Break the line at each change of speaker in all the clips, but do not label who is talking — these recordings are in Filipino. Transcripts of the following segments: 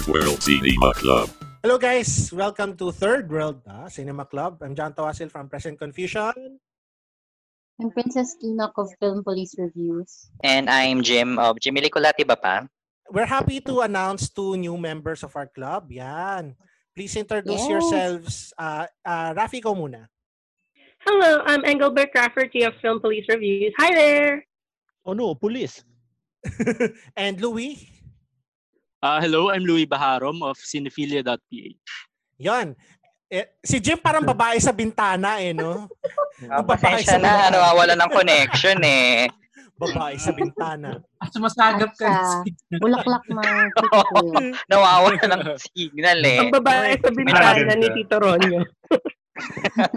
Cinema Club.
Hello guys, welcome to Third World ah, Cinema Club. I'm John Tawasil from Present Confusion.
I'm Princess Kinok of Film Police Reviews.
And I'm Jim of Jimmy Licolati ba pa?
We're happy to announce two new members of our club. Yan. Please introduce
Yes.
yourselves. Uh, uh, Rafi, ko muna.
Hello, I'm Engelbert Rafferty of Film Police Reviews. Hi there!
Oh no, police.
and Louis.
Ah, hello, I'm Louis Baharom of cinephilia.ph.
Yon. Eh, si Jim parang babae sa bintana eh, no?
Ah,
Ang babae
pasensya
sa
na,
babae.
nawawala ng connection eh.
Babae sa bintana.
At sumasagap ka.
Ah. Bulaklak ng kuko.
Nawawala ng signal eh.
Ang babae sa bintana ni Tito Ronyo.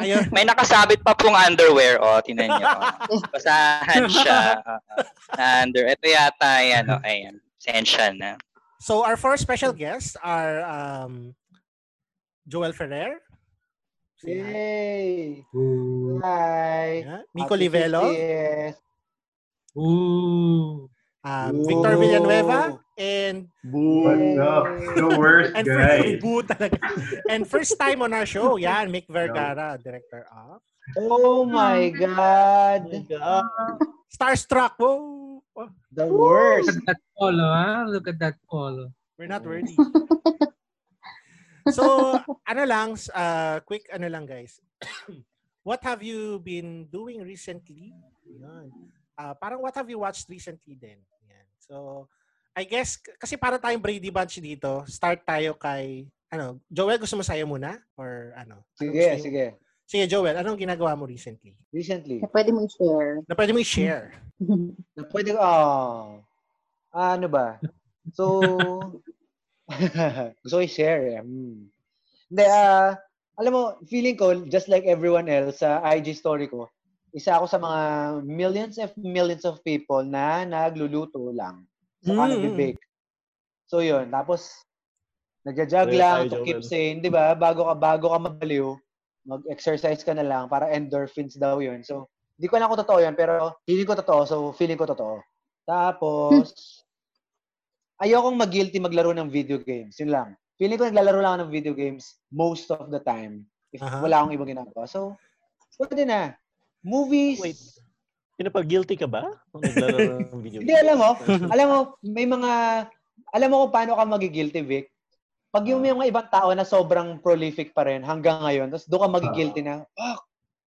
Ayun.
May nakasabit pa pong underwear, oh, tinan niyo. oh. Basahan siya. ah, ah, under. Ito yata, yan, oh, ayan. Pasensya na.
So our four special guests are um, Joel Ferrer, Say hi.
Yay! Hi!
Yeah. Nico
Happy
Livelo,
50th.
Ooh.
um,
Ooh.
Victor Villanueva, and
Yay.
What's up? The worst
and
guy.
first, Boo talaga. and first time on our show, yan, Mick Vergara, director of
Oh my God!
Starstruck. Whoa! Oh,
The
Look
worst!
at that polo, ha? Look at that polo.
we're not worthy. so, ano lang, uh, quick ano lang guys. what have you been doing recently? Yan. Ah, parang what have you watched recently then? Yan. So, I guess, k- kasi para tayong Brady Bunch dito, start tayo kay, ano, Joel, gusto mo sayo muna? Or ano? Anong
Sige,
gusto niyo?
sige.
Sige, Joel, anong ginagawa mo recently?
Recently.
Na pwede mo i-share.
Na pwede mo i-share.
Na Pwede ko, oh. Ah, ano ba? So, gusto ko i-share. eh. Hmm. Hindi, ah, alam mo, feeling ko, just like everyone else sa IG story ko, isa ako sa mga millions and millions of people na nagluluto lang. Sa
Mm,
mm.
mm.
bake. So, yun. Tapos, nagja-jog
Ayun
lang
tayo,
to keep
Joel.
sane, di ba? Bago ka, bago ka mabaliw, mag-exercise ka na lang para endorphins daw yun. So, di ko alam kung totoo yun, pero feeling ko totoo. So, feeling ko totoo. Tapos, ayokong mag-guilty maglaro ng video games. Yun lang. Feeling ko naglalaro lang ako ng video games most of the time. If
Aha.
wala akong ibang ginagawa. So, pwede na. Movies.
Wait. Pinapag-guilty ka ba? Kung naglaro ng video
Hindi, alam mo, alam mo, may mga, alam mo kung paano ka magigilty, Vic? Pag yung may mga ibang tao na sobrang prolific pa rin hanggang ngayon, tapos doon ka magigilty na, fuck, Ah,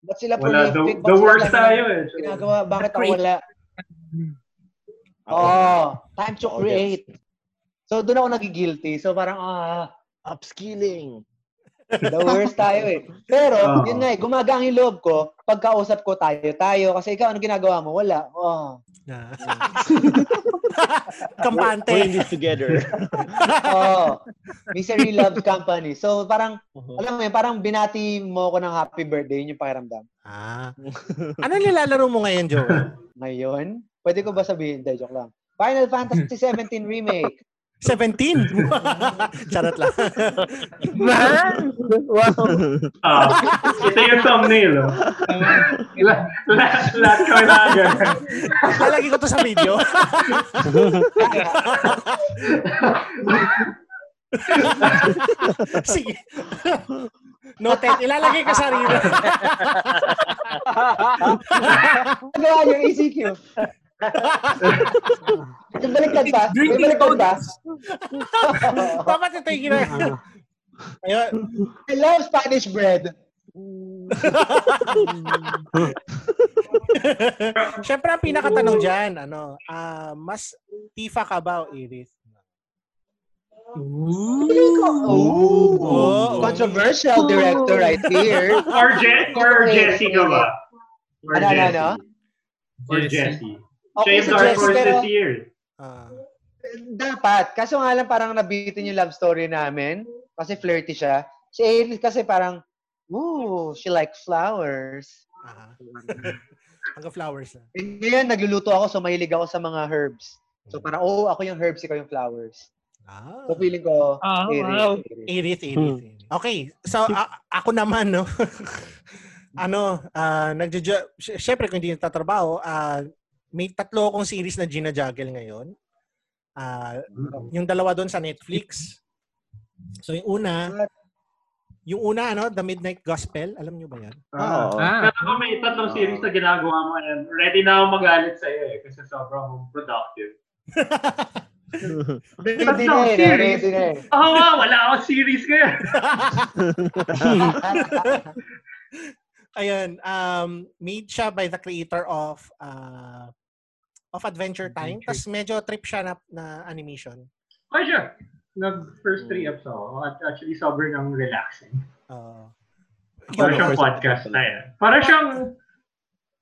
ba't sila
Wala,
prolific?
Uh, the,
Ba't
the
sila
worst
ganun?
tayo eh.
Ginagawa, bakit ako
Create.
wala?
Ako.
Oo, oh, time to create. So, doon ako nagigilty. So, parang, ah,
Upskilling.
the worst tayo eh. Pero,
Oo.
yun nga eh, gumagang yung loob ko, pagkausap ko tayo-tayo, kasi ikaw, ano ginagawa mo? Wala. Oh.
na-
We're, we're in
Kampante.
this together.
oh. Misery loves company. So, parang,
Uh-huh.
Alam mo yun, parang binati mo ako ng happy birthday, yun yung pakiramdam.
ah. Ano nilalaro mo ngayon, Joel?
Ngayon, pwede ko ba sabihin? Hindi, joke lang. Final Fantasy 17 Remake.
17. Charot lang.
Wow.
eh. Ah, ito yung thumbnail. Oh. La- Lahat lahat kami na agad.
Lalagay ko to sa video.
oh.
Sige. Noted. Ilalagay ko sa rilo.
Nagawa niyo yung E ECQ. May baliktad pa? May
Drinking
baliktad pa?
Dapat ito yung ginagawa. Ayun.
I love Spanish bread.
Siyempre, ang pinakatanong dyan, ano, ah, mas tifa ka ba o iris?
Ooh.
Oo.
Controversial director right here.
Or, Je- or Jesse ka ba? Or
Ano, ano, ano?
Or
Jesse.
Jesse.
Okay,
James
si
R.
Jess, pero
this year.
Ah.
dapat. Kaso nga lang parang nabitin yung love story namin. Kasi flirty siya. Si Aileen kasi parang, ooh, she like flowers.
ah. Hanggang flowers na.
Eh, Ngayon, nagluluto ako, so mahilig ako sa mga herbs. So parang, oo, ako yung herbs, ikaw yung flowers.
Ah.
So feeling ko,
Ah,
Airy,
wow. Hmm.
Airy.
Iris, iris, iris. Okay, so a- ako naman, no? ano, uh, nagjo syempre kung hindi nagtatrabaho, ah, may tatlo akong series
Hmm.
na ginajuggle ngayon. Ah, yung dalawa doon sa Netflix. So yung una, yung una ano, The Midnight Gospel, alam nyo ba yan?
Ah,
Oo.
Ah,
Ah.
Pero kung may tatlong series na ginagawa mo and ready na ako magalit sa iyo eh kasi sobrang productive.
Hindi na eh. Ready na eh.
Oo, oh, wala akong series ngayon.
Ayun, um, made siya by the creator of uh, of Adventure Time. Tapos medyo trip siya na, na animation.
For sure. Nag first three eps ako. At actually, sobrang ang relaxing.
Uh,
Para siyang
first
podcast
episode.
na yan. Para siyang,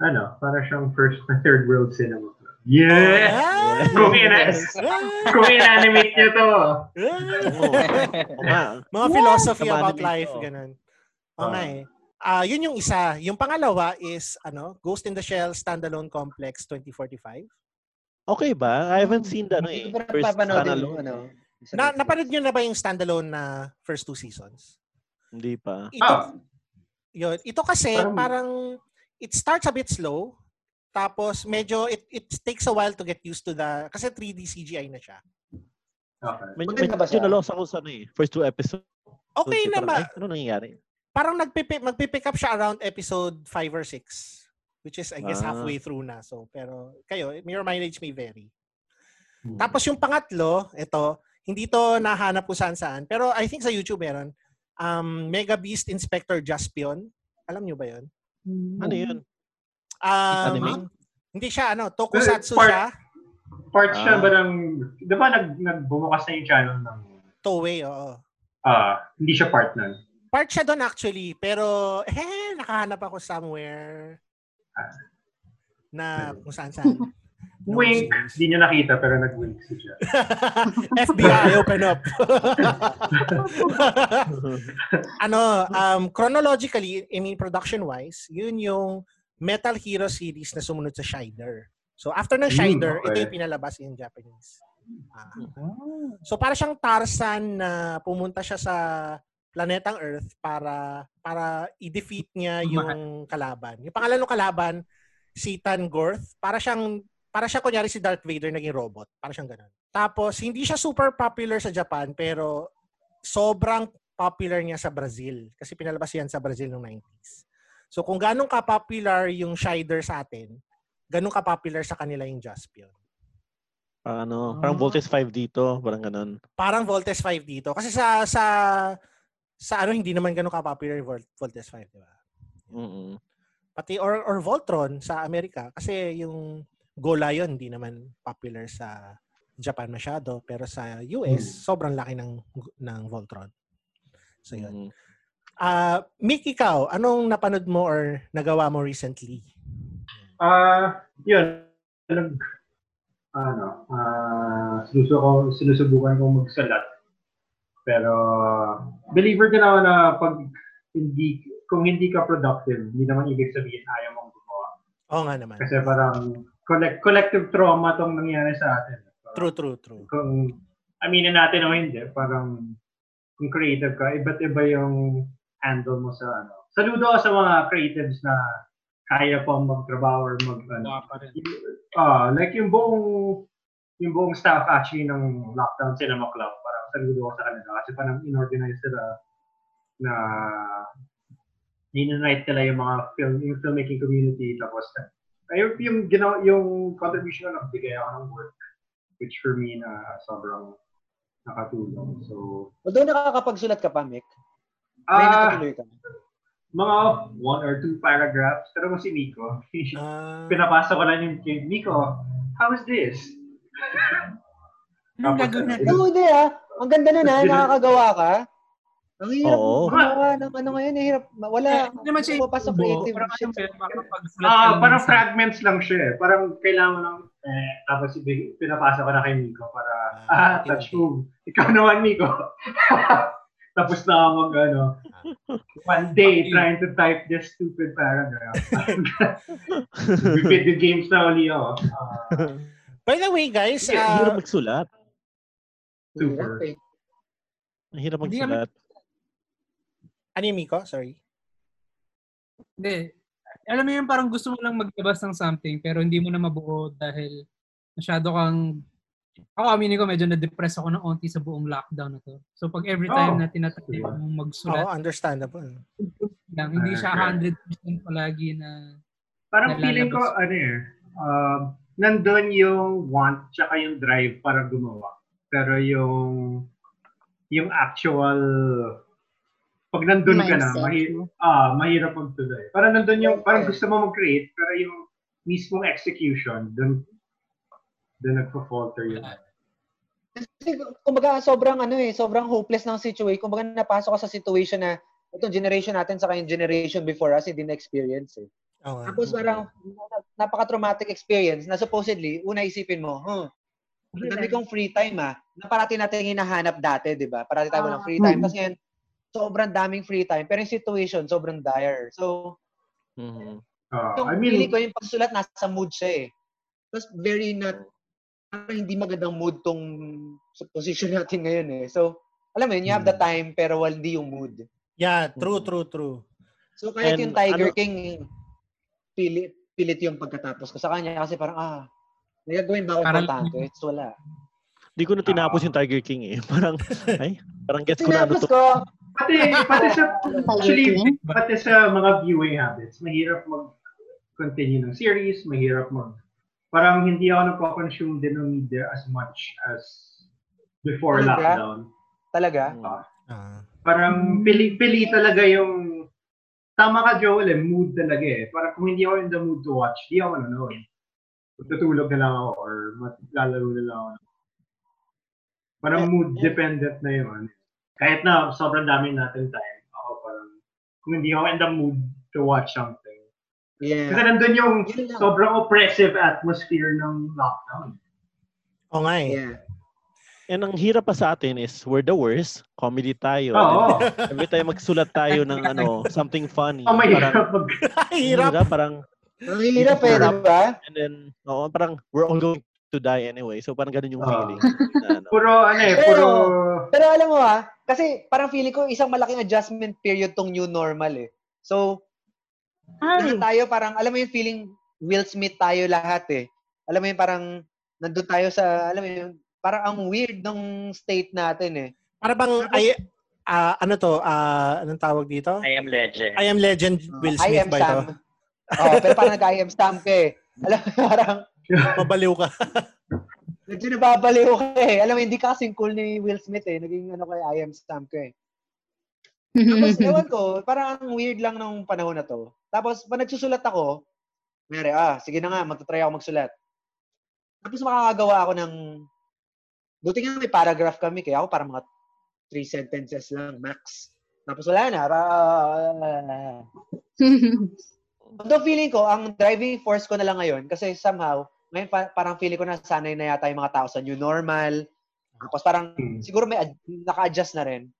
ano, para siyang first na third world cinema. Yes! Kung, ina- kung in-animate niyo to.
Oo nga.
Mga philosophy
Sama
about
namin
life,
ito.
ganun.
Oh.
Ah.
Okay. Ah, yun yung isa. Yung pangalawa is ano, Ghost in the Shell Standalone Complex 2045.
Okay ba? I haven't seen that. Ano,
Hindi
eh.
ko pa
First
napapanood
channel.
yung ano. sa
Na,
Netflix.
napanood nyo na ba yung standalone na first two seasons?
Hindi pa.
Ito,
Ah.
yun, ito kasi
Parang-
parang it starts a bit slow. Tapos medyo it, it takes a while to get used to the kasi 3D CGI na siya.
Okay.
Medyo,
Maganda ba
medyo
siya?
nalos ako sa ano eh. First two episodes. eh,
Okay na
parang,
ba?
ay, Ano nangyayari?
Parang nagpipi, magpipick up siya around episode 5 or 6 which is I guess
Ah.
halfway through na. So pero kayo, your mileage may vary. Tapos yung pangatlo, ito, hindi to nahanap ko saan-saan. Pero I think sa YouTube meron. Um, Mega Beast Inspector Jaspion. Alam nyo ba yun?
Hmm.
Ano yun?
Um,
Anime?
Hindi siya, ano, tokusatsu
Part-
siya.
Part siya
Ah.
ba ng, di ba nag, nagbumukas na yung channel ng,
Toei, oo.
ah, hindi siya part nun.
Part siya doon actually, pero eh, nakahanap ako somewhere na kung saan saan.
Wink! Hindi niya nakita pero nag-wink siya.
FBI, open up. ano, um, chronologically, I mean production-wise, yun yung Metal Hero series na sumunod sa Shider. So after ng
Hmm,
Shider, ito
okay.
yung pinalabas in Japanese. Ah. so para siyang Tarzan na pumunta siya sa planetang Earth para para i-defeat niya yung kalaban. Yung pangalan ng kalaban, Satan Gorth. Para siyang para siya kunyari si Darth Vader naging robot. Para siyang ganun. Tapos hindi siya super popular sa Japan pero sobrang popular niya sa Brazil kasi pinalabas yan sa Brazil noong 90s. So kung ganun ka-popular yung Shider sa atin, ganun ka-popular sa kanila yung Jaspion.
Parang ano, parang
Ah.
Voltes 5 dito. Parang ganun.
Parang Voltes 5 dito kasi sa sa sa ano hindi naman ganun ka-popular yung Vol- Voltes 5, di ba?
Mm-mm.
Pati or or Voltron sa Amerika kasi yung Go Lion hindi naman popular sa Japan masyado pero sa US
Hmm.
sobrang laki ng ng Voltron. So yun.
Hmm.
Mm.
Ah, Mick, ikaw, anong napanood mo or nagawa mo recently?
Ah, yun. Nag, ano, ah, sinusuko, sinusubukan kong magsalat. Pero, believer din ako na pag hindi, kung hindi ka productive, hindi naman ibig sabihin ayaw mong gumawa.
Oo nga naman.
Kasi parang collect, collective trauma tong nangyari sa atin. Parang
True, true, true.
Kung aminin natin o hindi, parang kung creative ka, iba't iba yung handle mo sa ano. Saludo ako sa mga creatives na kaya pa magtrabaho or mag
Wala
ano,
pa rin.
Ah, like yung buong yung buong staff actually ng lockdown cinema club parang saludo ko sa kanila kasi parang inorganize sila na ninunite nila yung mga film yung filmmaking community tapos na ay, yung ginaw yung contribution ko nagbigay ako ng work which for me na sobrang nakatulong so
Although nakakapagsulat ka pa, Mick. May
ah
natutuloy ka.
mga one or two paragraphs pero mas si Nico
Ah,
pinapasa ko lang yung kay Nico how is this eh,
Anong gagawin natin?
Oo, hindi ah. Ang ganda nun ah. Nakakagawa ka. Ang hirap
Oo.
gumawa ng ano ngayon. eh, hirap. Wala.
Eh, hindi naman siya
Hindi mapapasok
itubo.
creative
Parang
shit.
ano ba yun, parang pag-sulat ka
Ah,
lang
parang
sa-
fragments lang siya eh. Parang kailangan mo lang eh, tapos ibig, pinapasa ko na kay Nico para ah,
Ah, okay,
touch
okay.
move. Ikaw naman, Nico. tapos na ako mag ano, one day trying to type this stupid paragraph. Video games na uli ako. Ah,
by the way, guys,
Ang hirap
ah,
magsulat.
super.
Hirap eh.
Ang hirap
Hindi naman-
magsulat.
ano yung Miko? Sorry.
Hindi. Alam mo yun, parang gusto mo lang maglabas ng something pero hindi mo na mabuo dahil masyado kang Ako, aminin ko, medyo na-depress ako ng onti sa buong lockdown na to. So, pag every time
Oh.
na tinatry mong
Oo,
magsulat,
understandable.
lang, hindi siya
Ah,
100% palagi na
Parang feeling ko,
Nalalabas.
ano eh, um, nandun yung want tsaka yung drive para gumawa. Pero yung yung actual pag nandun ka na,
Mindset.
mahi, ah, mahirap magtuloy. Parang nandun yung, parang gusto mo mag-create, pero yung mismong execution, dun, dun nagpa-falter yun.
Kasi kumbaga sobrang ano eh, sobrang hopeless ng situation. Kumbaga napasok ka sa situation na itong generation natin sa yung generation before us hindi na-experience eh.
Oo. nga.
Tapos parang napaka-traumatic experience na supposedly, una isipin mo, huh, ang dami kong free time ah, na parati natin hinahanap dati, di ba? Parati tayo walang free
Ah.
time. Tapos ngayon, sobrang daming free time. Pero yung situation, sobrang dire. So,
Mhm.
Ah,
yung
I
feeling
mean,
ko yung pagsulat nasa mood siya eh. Tapos very not, parang hindi magandang mood tong sa position natin ngayon eh. So, alam mo yun, you have the time
Mm.
Hmm.
pero wal- hindi yung mood.
Yeah, true, true, true.
So, kahit
And
yung Tiger
ano-
King, pilit, pilit yung pagkatapos ko sa kanya kasi parang, ah, nagagawin ba ako
Parang-
importante? It's wala.
Hindi ko na tinapos yung Tiger King eh. Parang, ay, parang gets ko
Ah.
na ano
Tinapos
to.
ko,
pati, pati sa, actually,
King?
pati sa mga viewing habits, mahirap mag-continue ng series, mahirap mag, parang hindi ako nagpa-consume din ng media as much as before
Talaga?
lockdown.
talaga,
Mm-hmm.
Ah.
Parang pili, pili talaga yung tama ka Joel eh, mood talaga eh. Parang kung hindi ako in the mood to watch, hindi ako manonood. Tutulog na lang ako or maglalaro na lang ako. Parang
Eh,
mood dependent na yun. ano. Kahit na sobrang dami natin time, ako parang kung hindi ako in the mood to watch something.
yeah.
Kasi nandun yung
Yun lang.
sobrang oppressive atmosphere ng lockdown.
Oo nga eh.
Yeah.
And ang hirap pa sa atin is we're the worst. Comedy tayo.
Oo.
Every time magsulat tayo ng ano, something funny.
Ang
Parang,
mahirap mag...
Hirap.
Diba? Parang,
Ang hirap eh, di ba?
and then, oo, parang we're all going to die anyway. So parang ganun yung
Oo.
feeling. na ano.
Puro ano eh, puro...
Pero alam mo ah, kasi parang feeling ko isang malaking adjustment period tong new normal eh. So, lahat tayo parang, alam mo yung feeling Will Smith tayo lahat eh. Alam mo yung parang, nandun tayo sa, alam mo yung, parang ang weird ng state natin eh.
Para bang ay ah, ano to? Ah, anong tawag dito?
I am legend.
I am legend Will
I
Smith
am
ba
Sam.
ito?
Oh, pero parang nag-I am Sam ka eh. Alam mo, parang,
Mabaliw ka.
medyo nababaliw ka eh. Alam mo, hindi ka kasing cool ni Will Smith eh. Naging ano kay I am Sam ka eh. Tapos, ewan ko, parang ang weird lang nung panahon na to. Tapos, pag nagsusulat ako, mayroon, ah, sige na nga, magtatry ako magsulat. Tapos, makakagawa ako ng, buti nga may paragraph kami, kaya ako parang mga three sentences lang, max. Tapos, wala na. ra- Although feeling ko, ang driving force ko na lang ngayon, kasi somehow, ngayon pa- parang feeling ko na sanay na yata yung mga tao sa new normal. Tapos parang,
Hmm.
siguro may ad- naka-adjust na rin.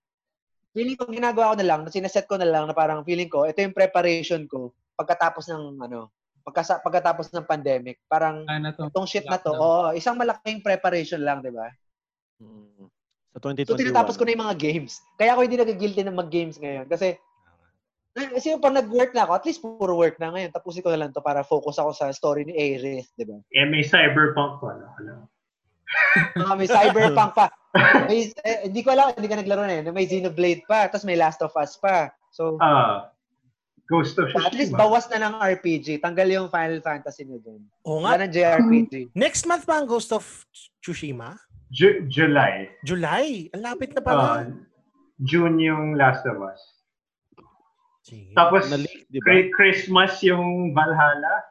Feeling ko, ginagawa ko na lang, sinaset ko na lang na parang feeling ko, ito yung preparation ko pagkatapos ng, ano, pagkasa, pagkatapos ng pandemic. Parang,
ano to.
itong shit na to,
Lockdown.
oo, isang malaking preparation lang, di ba?
Mm. Sa
So,
2021.
tinatapos ko na yung mga games. Kaya ako hindi nagagilty ng mag-games ngayon. Kasi, eh, kasi yung pag nag-work na ako, at least puro work na ngayon. Tapusin ko na lang to para focus ako sa story ni Aerith, di ba?
Eh, may cyberpunk pa. Ano, ano.
Mga Ah, may cyberpunk pa. May, eh, hindi ko alam, hindi ka naglaro na yun. May Xenoblade pa, tapos may Last of Us pa. So,
Ah, diba? Ghost of Tsushima.
at least bawas na ng RPG. Tanggal yung Final Fantasy na doon.
Oo nga.
Wala ng JRPG.
Next month ba ang Ghost of Tsushima?
Ju- July.
July. Ang lapit na pala.
Ah, June yung Last of Us.
Sige.
Tapos,
Na-late, di ba?
Kri- Christmas yung Valhalla.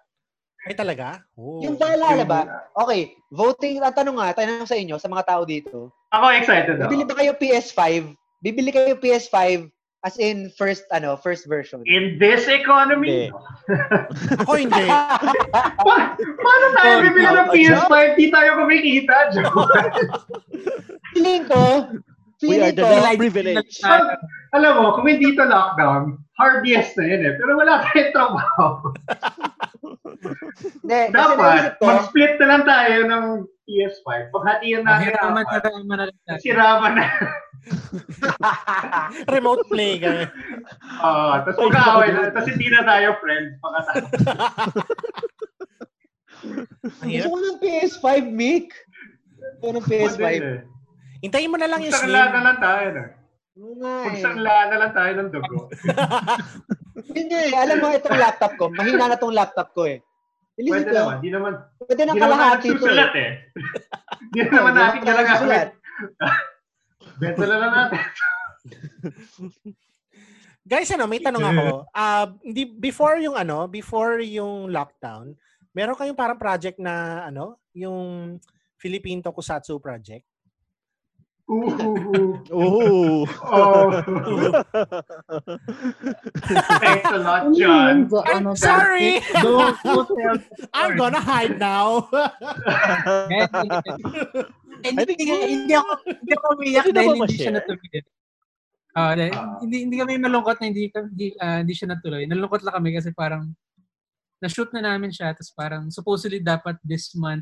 Ay talaga? Oo.
Yung Valhalla ba?
Yung-
Okay, voting, at tanong nga, tanong sa inyo, sa mga tao dito,
Ako excited ako.
Bibili ba kayo PS5? Bibili kayo PS5 as in first ano, first version.
In this economy?
Hindi.
Ako hindi.
Pa- paano tayo
Paul,
bibili ng
Paul,
PS5? Di tayo kumikita, Joel.
Feeling ko,
We are
feeling
the
ko,
least privileged.
Pag- Alam mo, kung hindi ito lockdown, hard yes na yun eh. Pero wala tayong trabaho.
hindi, kasi naisip
Dapat,
ko,
mag-split na lang tayo ng PS5. Paghatian natin
Mahiraman na
apat.
raman na lang.
Siraman na.
Remote play ganyan.
Oo, tapos magkaaway na. Tapos hindi na tayo friends. Pakatapos.
Ang
gusto
hirap.
ko ng PS5, Mick. Ano ng
Pwede
PS5?
eh.
Hintayin mo na lang yung
Pagsakla na
slim.
lang tayo na.
Oo nga eh.
Pagsakla na lang tayo ng dugo.
Yun nga eh. Alam mo, itong laptop ko, mahina na tong laptop ko eh. Ilisip
Pwede naman.
ko,
Di naman,
pwede
di
ng
naman
kalahati
natin
ito
susulat
eh.
eh. Di
Oo,
naman
di
natin
naman tayo
ginagamit.
susulat.
Beto na lang natin.
Guys, ano, may tanong ako. Ah, hindi before yung ano, before yung lockdown, meron kayong parang project na ano, yung Philippine Tokusatsu project.
Ooh, ooh, ooh.
Oo.
Oh. Thanks a lot, John.
I'm sorry.
Don't, don't tell
I'm gonna hide now.
uh,
I think-
hindi, hindi ako, hindi ako umiyak
Pwede na
dahil
ba
hindi siya
ma-share?
natuloy. Ah, dahil
Ah.
hindi, hindi kami malungkot na hindi, ka- hindi, ah, hindi siya natuloy. Nalungkot lang kami kasi parang na-shoot na namin siya tapos parang supposedly dapat this month.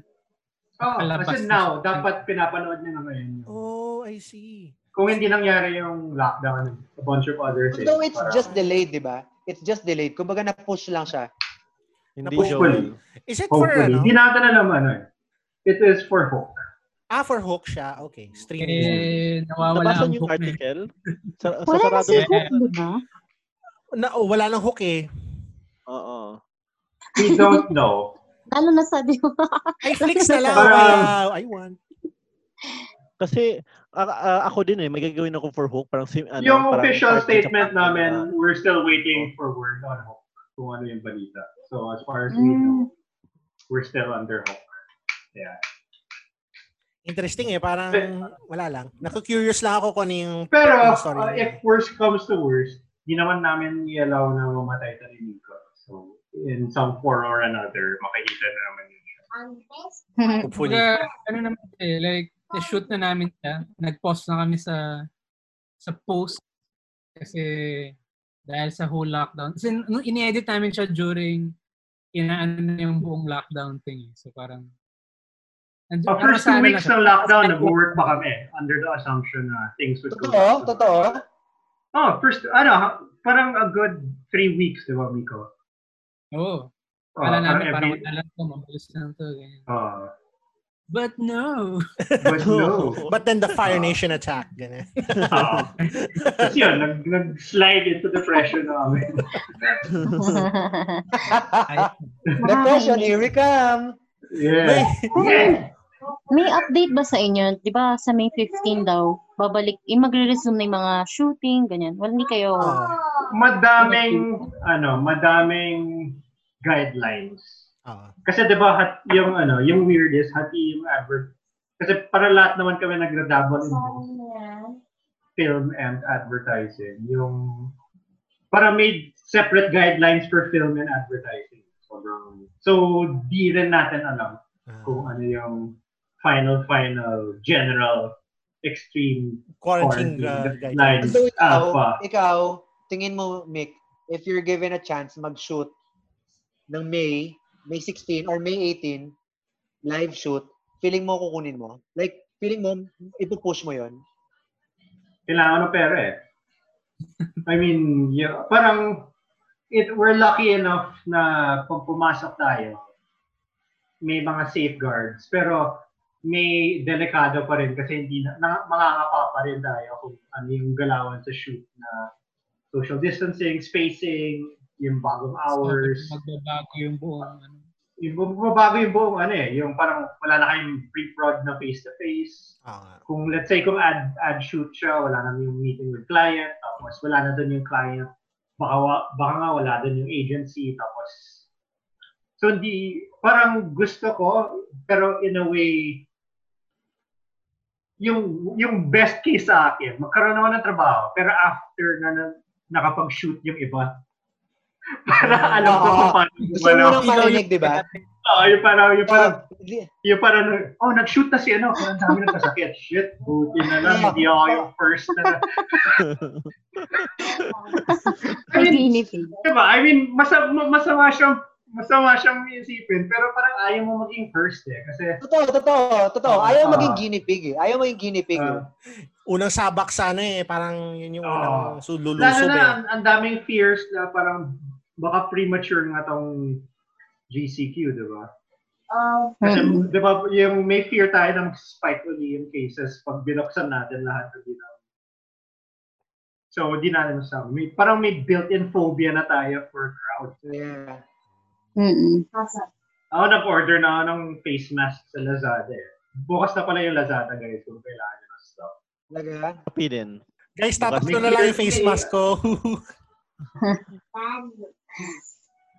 Oh,
Palabas
kasi
na
now,
siya.
dapat pinapanood niyo na ngayon.
oh, I see.
Kung hindi nangyari yung lockdown, a bunch of other things.
Although it's
parang-
just delayed, di ba? It's just delayed. Kumbaga na-push lang siya.
Hindi
Hopefully.
Joel.
Is it for
Hopefully.
ano?
Hindi natin alam ano eh. It is for hope.
Ah, for hook siya. Okay, streaming.
Eh, nawawala
Nabasa
ang
niyo yung
book na yun.
article? Sa, sa
Wala na
sarado
si
na.
eh.
Hook, di ba?
Na, oh, wala nang hook eh.
Oo.
We don't know.
Lalo na sa di ba?
Ay, flicks na lang.
Parang-
kaya I want.
Kasi a- a- ako din eh, may gagawin ako for hook. Parang sim, ano,
yung
parang
official
part din sa
statement
part-
namin, we're still waiting for word on hook. Kung ano yung balita. So as far as we
Mm.
know, we're still under hook. Yeah.
Interesting eh. Parang wala lang. Naku-curious lang ako kung ano yung...
Pero
yung story
uh,
niya.
if worst comes to worst, di naman namin i-allow na mamatay na ni Nico. So in some form or another, makikita na naman yun.
Hopefully.
Kumbaga, ano naman eh, like, na-shoot na namin siya. Nag-post na kami sa sa post kasi dahil sa whole lockdown. Kasi nung ini-edit namin siya during inaano na yung buong lockdown thing. eh. So parang ano, and,
Uh, first two weeks ng lockdown, nag-work pa kami under the assumption na things would go
Totoo?
back to
Totoo?
normal. Oh, first, ano, ha- parang a good three weeks, di ba, Miko?
Oo.
Oh,
Wala namin,
parang
parang
every,
wala lang to, mabalis lang to. Ganyan.
oh,
But no!
but no.
But then the Fire Nation attack. Ganun.
Oo. Kasi yun, nag- nag-slide into depression namin.
Depression, here we come.
Yeah. yeah.
May update ba sa inyo? Di ba sa May 15 daw, babalik, eh, magre-resume na yung mga shooting, ganyan. Wala, hindi kayo.
Oo.
Madaming, ano, madaming guidelines.
Oo.
Kasi 'di ba hat yung ano, yung weirdest hati yung advert. Kasi para lahat naman kami nagradabon in both film and advertising. Yung para made separate guidelines for film and advertising. Sobrang so di rin natin alam
Ah.
kung ano yung final final general extreme
Quarantine uh,
Quarantine
guidelines.
So ikaw,
Alpha.
ikaw, tingin mo, Mick, if you're given a chance mag-shoot ng May, May 16 or May 18, live shoot, feeling mo kukunin mo? Like, feeling mo, ipupush mo yon
kailangan ng pera eh. I mean, yeah, parang it, we're lucky enough na pag pumasok tayo, may mga safeguards. Pero may delikado pa rin kasi hindi na, na mangangapa pa rin tayo kung ano yung galawan sa shoot na social distancing, spacing, yung bagong hours.
So, magbabago yung buong ano.
Yung bago yung buong ano eh, yung parang wala na kayong pre-prod na face-to-face
Oo nga.
kung let's say kung ad ad shoot siya, wala na yung meeting with client, tapos wala na doon yung client, baka, wa- baka nga wala doon yung agency, tapos so hindi, parang gusto ko, pero in a way, yung yung best case sa akin, magkaroon ako ng trabaho, pero after na, na nakapag-shoot yung iba, para alam ko kung paano
Ah, Gusto mo
gumalaw.
nang marinig, di ba?
Oo, yung parang, yung parang,
Ah, di-
yung parang, oh, nag-shoot na si ano, ang dami nagkasakit. Shit, buti na lang, hindi ako yung first na. I mean,
Pag-inipin.
diba? I mean, masa, ma- masama siyang, masama siyang isipin, pero parang ayaw mo maging first eh. Kasi,
Totoo, totoo, totoo.
Ah.
Ayaw maging guinea pig eh. Ayaw maging guinea pig eh.
ah,
Uh, Unang sabak sana eh. Parang yun yung
Oo.
unang
lalo
sululusob
na,
eh.
ang, ang daming fears na parang, baka premature nga tong GCQ, di ba?
Um,
Kasi, di ba, yung may fear tayo ng spike uli yung cases pag binuksan natin lahat ng ginawa. So, di natin masabi. May, parang may built-in phobia na tayo for crowd.
Yeah.
Mm-mm.
Ako nag-order na ako ng face mask sa Lazada eh. Bukas na pala yung Lazada guys kung kailangan nyo ng stuff.
Talaga?
Copy din.
Guys, tapos ko na lang yung face mask ko.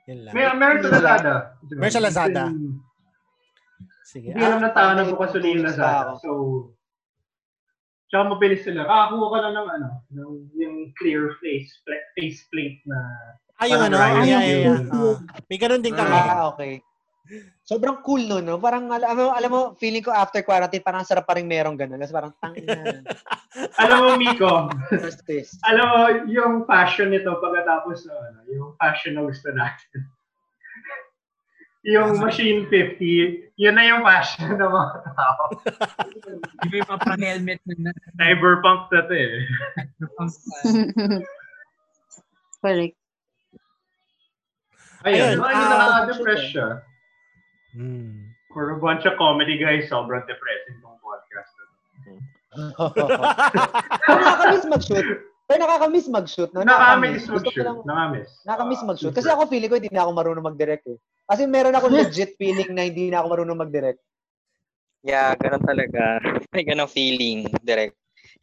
Yan lang.
May, ah, meron sa Lazada.
Meron sa Lazada. Sige.
Hindi alam
Ah,
ng tao na bukas uli yung Lazada. So, tsaka mabilis sila. Kakakuha ka lang ng ano, ng, yung clear face, pla- face plate na
ah, yung ano?
Parang
Yeah, yeah,
Ryan
yeah.
Giggs.
Ah, may ganun din kami.
Ah, okay. Sobrang cool nun, no? Parang, al- ano, alam mo, feeling ko after quarantine, parang sarap pa rin merong ganun. Kasi parang, tangina.
Alam mo, Miko,
Justice.
alam mo, yung passion nito pagkatapos na ano, yung passion na gusto natin. yung Machine 50, yun na yung passion ng mga tao.
Yung may mga helmet na na.
Cyberpunk na to eh.
Correct.
Ayun,
Ayun,
ano
ah,
nakaka-depress siya.
Hmm.
For a bunch of comedy guys, sobrang depressing tong podcast. na to.
Pero nakakamiss mag-shoot. Pero nakakamiss mag-shoot. No?
Nakamiss
Gusto ko
mag-shoot.
lang-
Nakamiss.
Nakamiss
Ah,
mag-shoot. Kasi ako feeling ko hindi na ako marunong mag-direct eh. Kasi meron ako legit feeling na hindi na ako marunong mag-direct.
Yeah, ganun talaga. May ganun feeling, direct.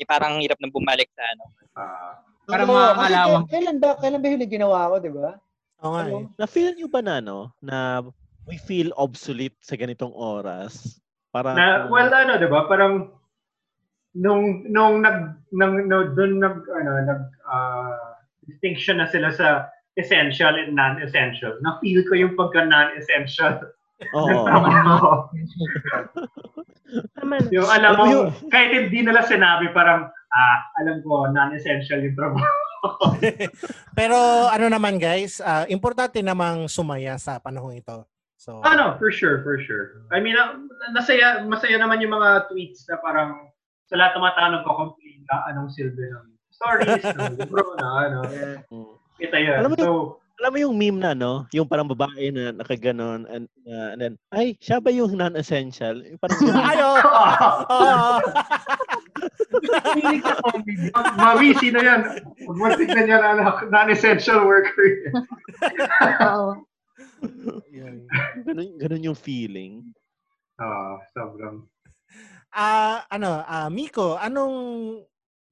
Eh, parang hirap na bumalik sa ano.
ah.
Parang
Oo,
mga
kasi
kalawang.
kailan- Kailan ba, kailan ba yung ginawa ko, di ba?
Oo nga eh.
Na-feel nyo ba na, no? Na we feel obsolete sa ganitong oras? Parang,
Na, well, ano, di ba? Parang, nung, nung nag, nang, no, dun nag, ano, nag, ah, distinction na sila sa essential and non-essential. Na-feel ko yung pagka non-essential.
oo.
Ako.
Tama na.
yung alam mo,
Alam mo yun.
kahit hindi nila sinabi, parang, ah, alam ko, non-essential yung trabaho.
Pero ano naman guys, ah, importante namang sumaya sa panahon ito. So,
Ano, for sure, for sure. I mean, ah, nasaya, masaya naman yung mga tweets na parang sa lahat ng mga tao nagko-complain na anong silbi ng stories, ng libro, na ano.
Mm.
Ito yun.
Alam mo
so,
Alam mo yung meme na, no? Yung parang babae na nakaganon and, uh, and then, ay, siya ba yung non-essential? Yung Parang,
Ano?
ayo. Oo.
Feeling na comedy.
Mami, sino yan? Huwag mo tignan yan, anak. Non-essential worker.
Oo.
Yun.
ganun, ganun yung feeling.
Ah, sobrang.
Ah, ano, ah, Miko, anong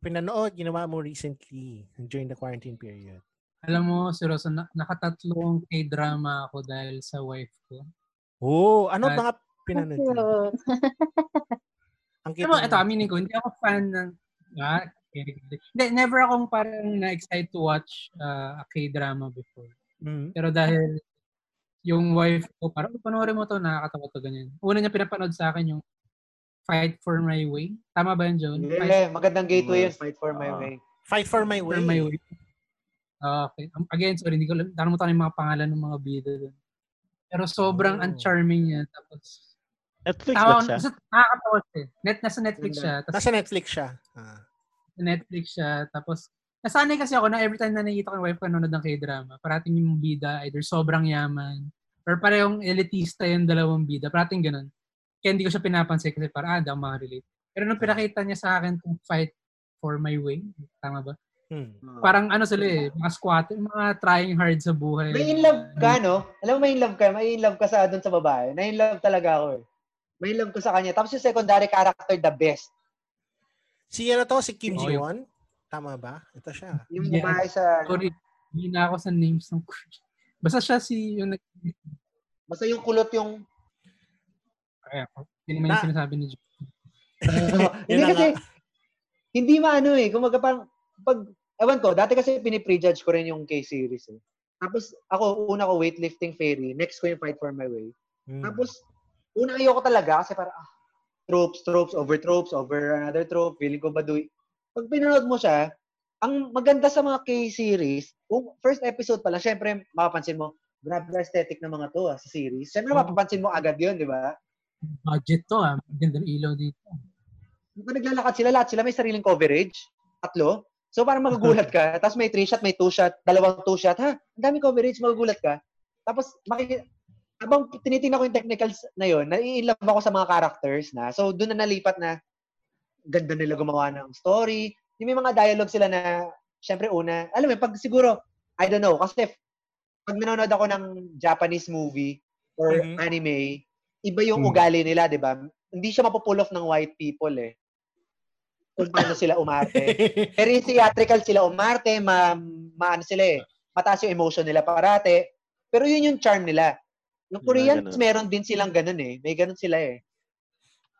pinanood, ginawa mo recently during the quarantine period?
Alam mo, seryoso, na, nakatatlong K-drama ako dahil sa wife ko.
Oh, ano
Ah,
mga pinanood mo?
Cute.
Ang
Alam mo,
cute
ito,
naman.
aminin ko, hindi ako fan ng... Ah, hindi, never akong parang na-excite to watch uh, a K-drama before.
Mm.
Pero dahil yung wife ko, parang, oh, panoorin mo to, nakakatawa to, ganyan. Una niya pinapanood sa akin yung Fight for My Way. Tama ba yun, John? Fight
Yeah, magandang gateway yun. Fight for my
Ah.
way.
Fight for my
for
way.
My Way. Ah, okay. Um, Again, sorry, hindi ko alam. Nakalimutan ko yung mga pangalan ng mga bida doon. Pero sobrang
Oh.
uncharming niya. Tapos,
Netflix ba
Tawa,
siya?
basta nakakatawa siya. eh. Net, nasa Netflix
Yun
siya. Tapos
Nasa Netflix siya. Ah.
sa Netflix siya. Tapos, nasanay kasi ako na every time na nakikita ko yung wife ko nanonood ng K-drama, parating yung bida, either sobrang yaman, or parehong elitista yung dalawang bida. Parating ganun. Kaya hindi ko siya pinapansin kasi para ah, daw makarelate. Pero
Hmm.
nung pinakita niya sa akin yung fight for my way, tama ba?
Hmm.
Parang ano sila eh, mga squat, mga trying hard sa buhay.
May in love ka, no? Alam mo, may in love ka. May in love ka sa doon sa babae. Na in love talaga ako eh. May in love ko sa kanya. Tapos yung secondary character, the best.
Si ano to, si Kim
Oo,
Ji
yun.
Won? Tama ba? Ito siya.
Yung
Yeah.
babae sa... ano?
Sorry, hindi na ako sa names ng Basta siya si yung nag...
Basta yung kulot yung...
Ay, ako. Hindi naman yung
Na-
sinasabi ni Jo.
hindi
na
kasi... Hindi maano eh. Kumaga parang... Pag, ewan ko, dati kasi piniprejudge ko rin yung K-series eh. Tapos ako, una ko weightlifting fairy. Next ko yung fight for my way.
Hmm.
Tapos, una ayoko talaga kasi parang, ah, tropes, tropes, over tropes, over another trope, feeling ko baduy. Pag pinanood mo siya, ang maganda sa mga K-series, kung first episode pala, syempre, mapapansin mo, grabe na aesthetic ng mga to ah, sa series. Syempre,
Hmm.
Oo.
mapapansin mo agad yun, di ba?
budget to ah. Maganda ng ilaw dito.
Kung naglalakad sila, lahat sila may sariling coverage. Tatlo. So, parang magugulat ka. Tapos may three shot, may two shot, dalawang two shot. Ha? Ang daming coverage, magugulat ka. Tapos, makik- habang tinitingnan ko yung technicals na yun, nai-inlove ako sa mga characters na. So, doon na nalipat na ganda nila gumawa ng story. Yung may mga dialogue sila na, syempre una, alam mo, yun, pag siguro, I don't know, kasi pag nanonood ako ng Japanese movie or
Mhm.
anime, iba yung
Mm.
ugali nila, di ba? Hindi siya mapupull off ng white people eh. Kung paano sila umarte. Pero yung theatrical sila umarte, ma, maano sila eh. Mataas yung emotion nila parate. Pero yun yung charm nila. Yung
Yung mga
Koreans,
ganun.
meron din silang ganun eh. May ganun sila eh.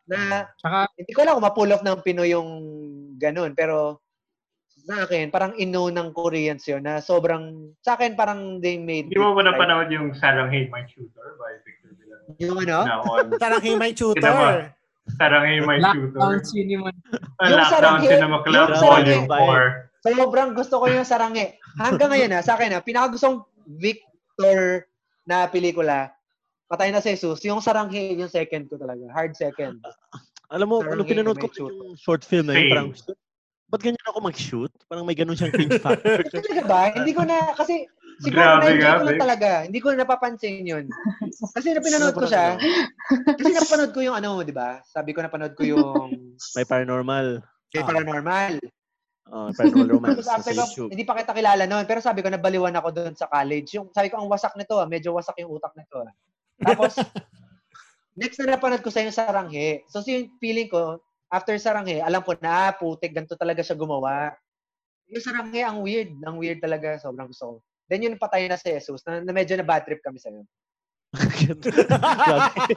Na,
Tsaka,
hindi ko alam kung ma-pull off ng Pinoy yung ganun. Pero, sa akin, parang ino ng Koreans yun na sobrang, sa akin parang they made
Hindi mo
it
ba
right.
napanood yung Sarang Hey My Tutor by Victor Villanova?
Yung ano?
Na on.
Tarang hey, my
Kinama.
tutor.
Sarang Hey My
lockdown
Tutor.
cinema.
Ah,
Yung Sarang
Lockdown
Hey-
Cinema Club
yung
Sarang
Volume
Hey.
4.
Sobrang gusto ko yung sarangi. Hanggang ngayon ha, sa akin ha, pinakagustong Victor na pelikula, Patay na si Jesus, yung sarangi, yung second ko talaga. Hard second.
Alam mo,
Sarang
ano
game,
pinanood
may
ko
shoot.
yung short film na yun,
Same.
parang, ba't ganyan ako mag-shoot? Parang may ganun siyang things factor.
Eh, talaga ba? Hindi ko na, kasi siguro
Grabe,
na enjoy ko
grabe.
lang ano talaga. Hindi ko napapansin yun. Kasi napinanood ko siya. Kasi napanood ko yung ano, di ba? Sabi ko napanood ko yung
May paranormal. Ah.
Kay Paranormal.
Oh, paranormal romance
Tapos
sa
after ko,
YouTube.
hindi pa kita kilala noon, pero sabi ko nabaliwan ako doon sa college. Yung sabi ko ang wasak nito, ah, medyo wasak yung utak nito. ah. Tapos next na napanood ko sa yung Saranghe. So so yung feeling ko after Saranghe, alam ko na ah, putik ganito talaga siya gumawa. Yung Saranghe ang weird, ang weird talaga, sobrang gusto ko. Then yun patay na si Jesus, na, na medyo na bad trip kami sa
Grabe.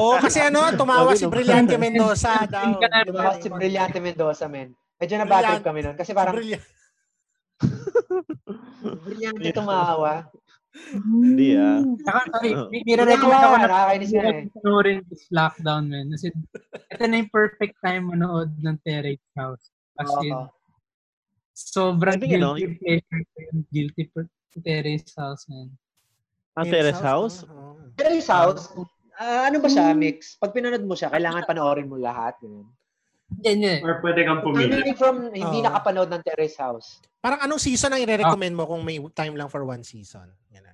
Oo, kasi ano, tumawa si Brillante Mendoza daw.
Yung
Diba si Brillante Mendoza, men. Medyo na bad trip kami noon kasi parang
Brillante.
Brillante tumawa.
hmm.
Hindi ah.
Tsaka, sorry,
Oo.
may, may recommend ako na
nakakainis nga eh.
panoorin this lockdown, man. Kasi, ito na yung perfect time manood ng Terrace House. As in,
Oo.
sobrang
Sabi nga, no,
guilty pleasure ko yung guilty per- Terrace House, man. Ah,
Ang Terrace Ah, House?
Oo.
Pero yung South, ah, ano ba siya,
Hmm.
mix? Pag pinanood mo siya, kailangan panoorin mo lahat. Ganun.
Hindi, hindi. Ah.
Or pwede kang pumili.
Coming from hindi
Oo.
nakapanood ng Terrace House.
Parang anong season ang i-recommend mo kung may time lang for one season? Yan na.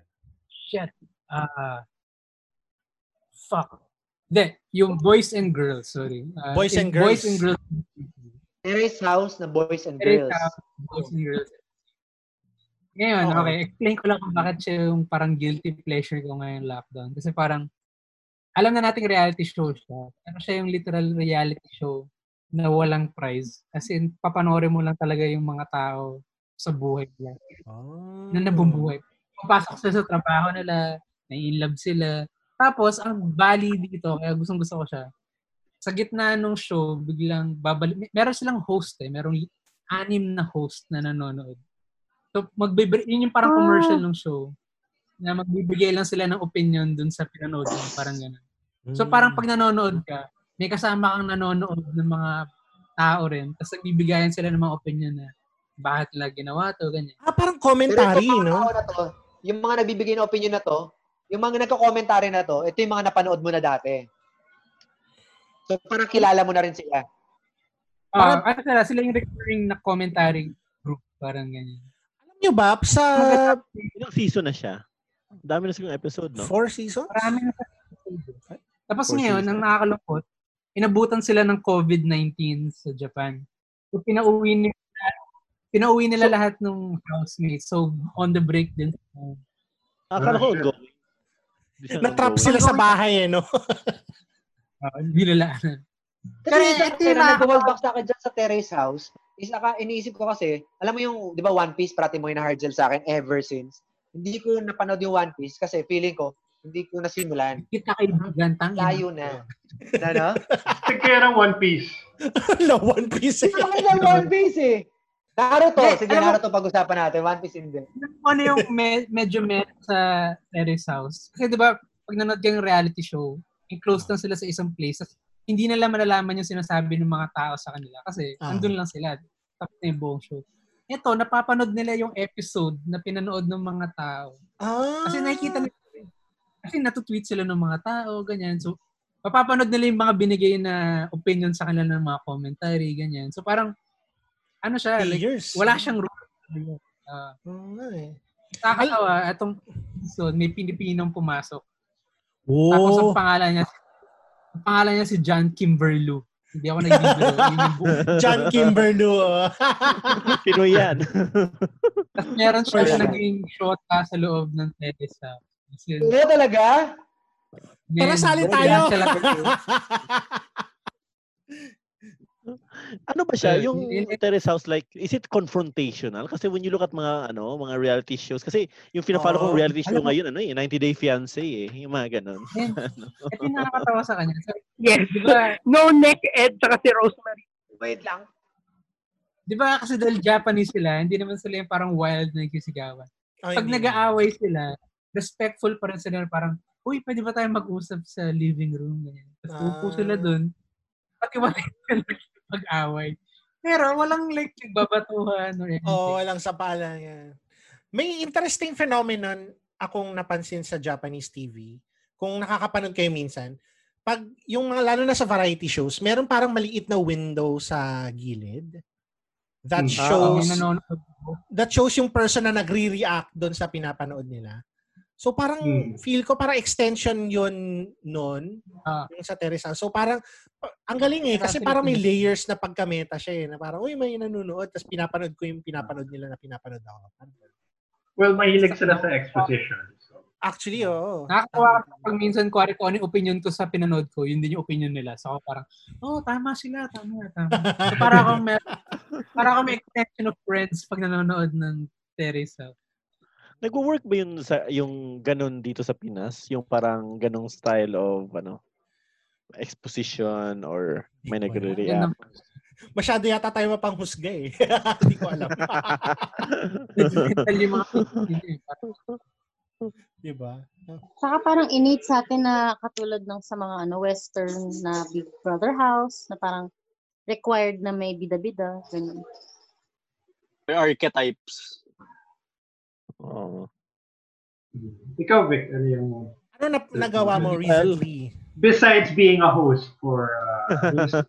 Shit. Ah. fuck. Hindi, yung Boys and Girls, sorry. Ah,
Boys and
in Boys
Girls.
and Girls.
Terrace House na Boys and
Terrace
Girls.
House, Boys and Girls. Ngayon,
Oo.
okay, explain ko lang kung bakit siya yung parang guilty pleasure ko ngayon lockdown. Kasi parang, alam na nating reality show siya. Pero siya yung literal reality show na walang prize. As in, papanoorin mo lang talaga yung mga tao sa buhay nila
Oh.
na nabubuhay. Papasok sila sa trabaho nila, nai-love sila. Tapos, ang bali dito, kaya gustong gusto ko siya, sa gitna nung show, biglang babalik. may- Meron silang host eh. Merong li- anim na host na nanonood. So, magbibre, yun yung parang commercial ng show na magbibigay lang sila ng opinion dun sa pinanood mo. Parang ganun. So, parang pag nanonood ka, may kasama kang nanonood ng mga tao rin. Tapos, nagbibigayan sila ng mga opinion na bakit nila ginawa to, ganyan.
Ah, parang
Pero
commentary,
itong mga
no?
tao na to, yung mga nabibigay na opinion na to, yung mga nagkakomentary na to, ito yung mga napanood mo na dati. So parang kilala mo na rin sila.
Parang, ano sila, sila yung recurring na commentary group. Parang ganyan.
Alam nyo ba, sa
Ilang season na siya? Ang dami na siguro episode, no?
four seasons?
Marami na sa Tapos
Four
ngayon, ang nakakalungkot, inabutan sila ng COVID-19 sa Japan. So, pinauwi nila, pinauwi nila lahat ng housemates. So, on the break din.
Akala ko ongoing. Hindi siya
Na-trap
ongoing.
sila sa bahay, eh, no?
Uh, binilaanan.
Kasi
Pero
minsan,
ito
pero
yung nakaka-
nag-callback sa akin dyan sa Terrace House, is naka, iniisip ko kasi, alam mo yung, di ba, One Piece, parati mo yung hard sell sa akin ever since. Hindi ko napanood yung One Piece kasi feeling ko, hindi ko nasimulan.
Kita kaibigan, tang ina.
Layo na. Ano?
Kasi kaya ng One Piece.
Wala, One Piece. eh.
Ano lang One Piece eh? Naruto.
Eh,
Sige,
alam mo-
Naruto pag-usapan natin. One Piece hindi.
ano yung me- medyo met sa Terrace House. Kasi di ba, pag nanood ka ng reality show, eh, close lang sila sa isang place. tas hindi nila malalaman yung sinasabi ng mga tao sa kanila kasi
Ah.
andun lang sila. Tapos na yung buong show. Ito, napapanood nila yung episode na pinanood ng mga tao.
Ah.
Kasi nakikita nila, kasi natutweet sila ng mga tao, ganyan. So, mapapanood nila yung mga binigay na opinion sa kanila ng mga commentary, ganyan. So, parang, ano siya, like,
Years.
wala siyang rule. Ah,
Oo nga eh.
Nakakatawa, itong season, may Pilipinong pumasok. Tapos ang
Oh.
pangalan niya, ang pangalan niya si John Kimberlu. Hindi ako nagbibiro. Yun yung buong
John Kimberlew. oh.
Pinoy yan.
Tapos meron siya
Sure.
naging shota sa loob ng Telesa. Kasi,
Ano talaga?
Tara, sali
Yan
tayo.
siya lang kasi.
Ano ba siya?
Eh,
Yung
in- in-
Terrace House, like, is it confrontational? Kasi when you look at mga, ano, mga reality shows, kasi yung pinapalo
Oo.
kong reality show
Alam mo-
ngayon, ano eh, 90 Day Fiancé eh, yung mga ganun. Ano?
Yan. Ito yung nakakatawa sa kanya. Sabi,
Yes.
Di ba,
No neck, Ed, tsaka si Rosemary.
Wait lang.
di ba kasi dahil Japanese sila, hindi naman sila yung parang wild na nagsisigawan.
Ay,
Pag
hindi.
nag-aaway sila, respectful pa rin sila. Parang, uy, pwede ba tayong mag-usap sa living room? Ganyan. Tapos
Ah.
upo sila dun. Pagkiwalay sila pag-away. Pero walang like nagbabatuhan or anything.
Oo, walang sapala yan. May interesting phenomenon akong napansin sa Japanese TV. Kung nakakapanood kayo minsan, pag yung mga, lalo na sa variety shows, meron parang maliit na window sa gilid that
Hmm.
Ah,
shows
may nanonood.
that shows yung person na nagre-react doon sa pinapanood nila. So parang
Hmm.
feel ko parang extension yun noon
Ah.
yung sa Teresa. So parang pa- ang galing eh kasi parang may layers na pagkameta siya eh na parang uy may nanonood tapos pinapanood ko yung pinapanood nila na pinapanood ako.
Well, mahilig sila sa exposition. So,
Actually oo.
Nakakawa pag minsan ko ko ano yung opinion ko sa pinanood ko, yun din yung opinion nila. So ako parang, oh, tama sila, tama, tama. So para akong may, para akong may extension of friends pag nanonood ng Teresa.
Nagwo-work ba yun sa, yung ganun dito sa Pinas? Yung parang ganung style of, ano, exposition or may
Hindi ko alam.
nagre-react?
Masyado yata tayo mapanghusga eh. Hindi ko alam.
Mental yung mga opinion eh. Parang,
Di ba?
Saka parang innate sa atin na katulad ng sa mga ano western na Big Brother house na parang required na may bida-bida. Ganun.
May archetypes.
Oo.
Oh. ikaw, Vic, ano yung...
Ano na nagawa mo recently?
Besides being a host for... Uh,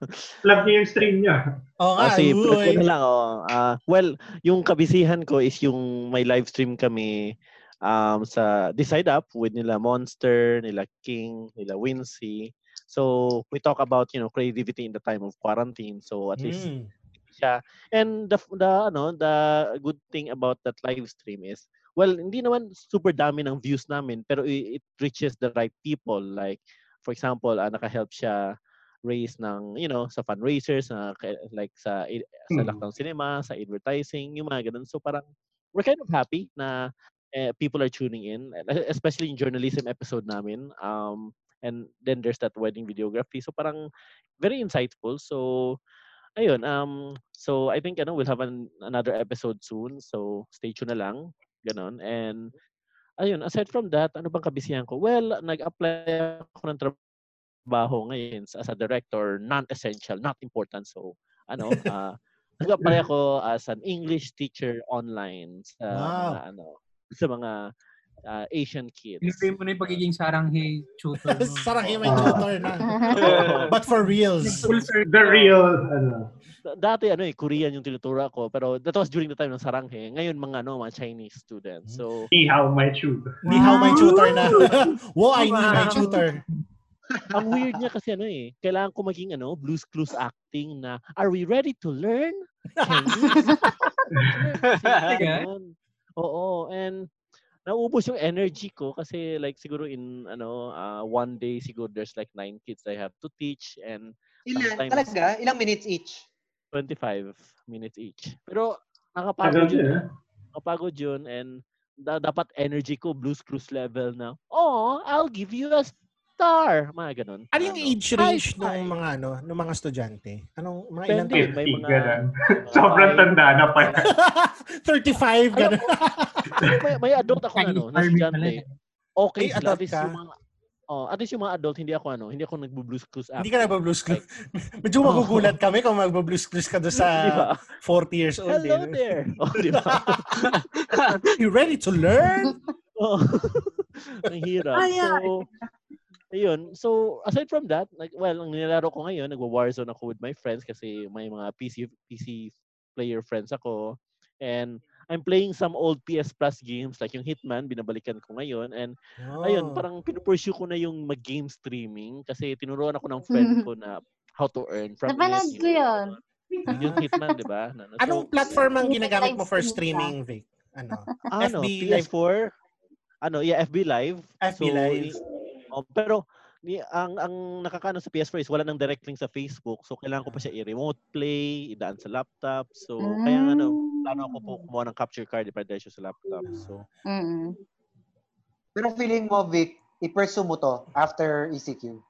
plug niyo yung stream niya.
Oo Oh, eh. nga.
Ah, sige, plug ko
uy.
na lang. Oh. Ah, well, yung kabisihan ko is yung may live stream kami um, sa Decide Up with nila Monster, nila King, nila Wincy. So, we talk about, you know, creativity in the time of quarantine. So, at least
Mm.
siya. And the the ano, the good thing about that live stream is well, hindi naman super dami ng views namin pero i- it reaches the right people like for example, ah, naka-help siya raise ng you know sa fundraisers na ka- like sa i- sa
Hmm.
lockdown cinema, sa advertising, yung mga ganun. So parang we're kind of happy na eh, people are tuning in, eh, especially yung journalism episode namin. Um, and then there's that wedding videography. So parang very insightful. So ayun, um, so I think ano, we'll have an, another episode soon. So stay tuned na lang. Ganon. And ayun, aside from that, ano bang kabisihan ko? Well, nag-apply ako ng trabaho ngayon as a director, non-essential, not important. So, ano, ah, nag-apply ako as an English teacher online sa
Wow.
mga, ano, sa mga ah, Asian kids.
Pinipray mo na yung pagiging saranghe tutor mo.
Sarang yung may
Ah.
tutor na. But for reals.
Full circle.
The real, ano...
Da- dati ano eh Korean yung tinutura ko pero that was during the time ng saranghe ngayon mga ano mga Chinese students so
See how my tube.
Ni how my tutor na. wow, I need my tutor.
ang weird niya kasi ano eh kailangan ko maging ano blues clues acting na are we ready to learn Chinese
Talaga?
Ganun. oo and naubos yung energy ko kasi like siguro in ano ah, one day siguro there's like nine kids I have to teach and
Ilan?
Sometimes-
Talaga? Ilang minutes each?
25 minutes each pero
Tagal
nakapagod
yun,
yun
eh.
mapagod yun and da- dapat energy ko blues cruise level na oh I'll give you a star mga ganun
Ano yung age
High
range ng
five.
mga ano, ng mga estudyante? Anong mga ilang
depende
taon?
may
50,
mga
ganun.
mga
Sobrang
five.
tanda na pa.
35 ganun.
may, may adult ako na no na
Chinese army pala eh.
estudyante okay
Ay,
sila
adult
at least
ka?
yung mga oh, at least yung mga adult hindi ako ano hindi ako nagbu-blues cruise
Hindi ka na ba
acting.
blues clues? Medyo
Oo.
magugulat kami kung magba-blues clues ka doon sa
oh. Di ba?
40 years old.
hello
eh.
there oh di ba
You ready to learn?
oh. ang hirap so Ayun. So, aside from that, like, well, ang nilalaro ko ngayon, nagwa-warzone ako with my friends kasi may mga PC PC player friends ako. And I'm playing some old PS Plus games like yung Hitman, binabalikan ko ngayon. And
Oh.
ayun, parang pinupursue ko na yung mag-game streaming kasi tinuruan ako ng friend ko na how to earn from
Napanood
ESU.
ko yun.
Yung Hitman, di ba? Na- na-
Anong
so,
platform ang
Hindi ka
ginagamit mo
ah.
for
live stream ka.
streaming, Vic? Ano?
ano,
FB Live?
PS4? Ano, yeah, FB Live.
FB
So,
Live.
i- oh, pero ni ang ang nakakaano sa PS4 is wala nang direct link sa Facebook. So kailangan ko pa siya i-remote play, idaan sa laptop. So kaya nga ano, plano ako po
Ah.
kumuha ng capture card para diretso sa laptop. So
Mm-mm.
Pero feeling mo, Vic, i-pursue mo to after ECQ.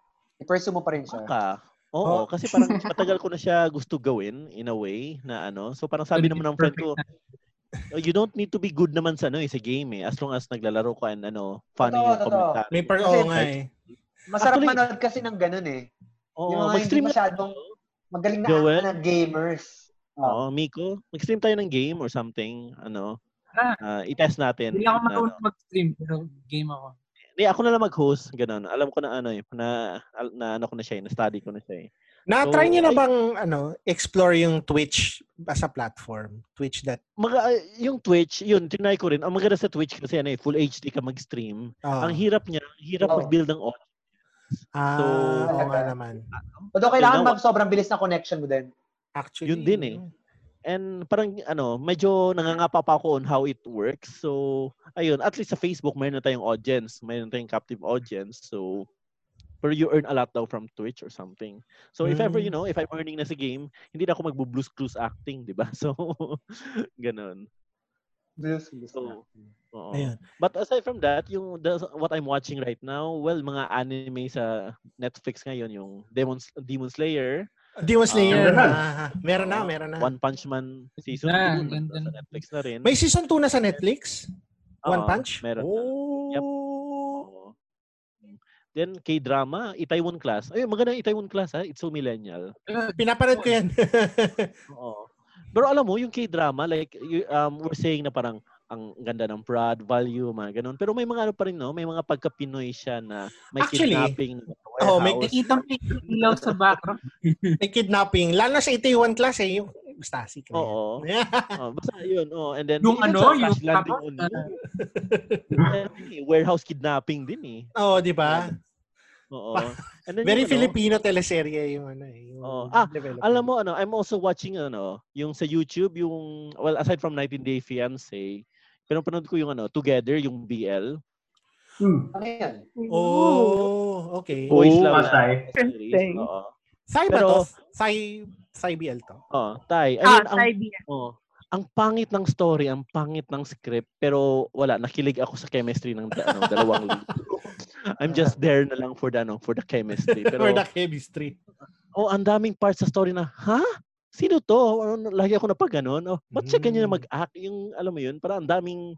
I-pursue mo pa rin siya.
baka Oo,
Oh.
kasi parang matagal ko na siya gusto gawin in a way na ano. So parang sabi naman ng friend ko, "Oh, you don't need to be good naman sa ano, eh, sa game eh. As long as naglalaro ka and ano, funny
Totoo,
yung
totoo.
commentary.
May per
Kasi-
oo nga eh.
Masarap
Actually-
manood kasi ng ganun eh.
Oo,
Yung mga hindi
mag-stream na-
masyadong magaling na
Joel?
actor ng gamers. Oh.
Oo, Miko, mag-stream tayo ng game or something, ano.
Ah.
Ah, i-test natin.
Hindi ako
na ano.
marunong mag-stream, pero game ako.
Hindi, ako na lang mag-host, ganun. Alam ko na ano eh, na, al- na ano ko na siya, eh, na-study ko na siya eh.
Na-try
So,
niyo na
ay-
bang ano, explore yung Twitch as a platform? Twitch that.
Mag, ah, yung Twitch, yun, tinry ko rin. Ang maganda sa Twitch kasi ano eh, full HD ka mag-stream.
ah.
Ang hirap niya, ang hirap
Oo.
mag-build ng audio.
ah,
so,
oo nga naman.
Although kailangan
Yun na-
mag sobrang bilis na connection mo din.
Actually,
Yun din eh. And parang ano, medyo nangangapa pa ako on how it works. So, ayun, at least sa Facebook mayroon na tayong audience, mayroon na tayong captive audience. So, pero you earn a lot daw from Twitch or something. So, if ever,
Mm.
you know, if I'm earning na sa game, hindi na ako magbo-blues clues acting, di ba? So, ganun.
Bilis, bilis. na.
So, oo.
Ayun.
But aside from that, yung the- what I'm watching right now, well, mga anime sa Netflix ngayon, yung Demon, Demon Slayer, um, oh,
Demon Slayer.
meron na.
ah, meron na, meron na.
One Punch Man Season
Na,
2,
ganda.
nasa Netflix na rin.
May season 2 na sa Netflix? One
Oo,
Punch?
Meron na.
oh.
Yep. Oo. Then, K-drama, Itaewon Class. Ay, maganda yung Itaewon Class, ha? It's so millennial.
Pinapanood ko yan.
Oo. Pero alam mo, yung K-drama, like, you- um, we're saying na parang ang ganda ng prod, value, mga ganun. Pero may mga ano pa rin, no? May mga pagka-Pinoy siya na may
Actually,
kidnapping na warehouse.
oh, may
Nakita mo yung ilaw sa background.
may kidnapping. Lalo na sa 81 class eh. Yung Stasi.
Oo. Oh, basta yun. Oh, and then,
Yung
even
ano,
sa
yung
crash landing
tapos
on
na-
you. Meron din eh, warehouse kidnapping din eh.
Oo, Oh, di ba?
Oo. And then
Very
yung ano,
Filipino teleserye yung ano eh. Yung
Oo. Ah,
development.
Alam mo ano, I'm also watching ano, yung sa YouTube, yung well aside from 19 Day Fiancé, pero panood ko yung ano, Together, yung BL.
Hmm.
Ano yan?
Oh, okay.
Oh,
Boys Love na
patay.
series.
Interesting.
Oo.
Thai ba
Pero-
to? Thai, Thai BL to?
Oo, tay.
Ah,
Ayun, ang
idea.
oh, ang pangit ng story, ang pangit ng script, pero wala, nakilig ako sa chemistry ng da- ano, dalawang lead. I'm just there na lang for the, ano, for the chemistry. Pero,
Or the chemistry.
oh, ang daming parts sa story na, ha? Sino to? Ano, Lagi ako napaganon. Oh, ba't siya ganyan na
Mm.
mag-act? Yung, alam mo yun, parang ang daming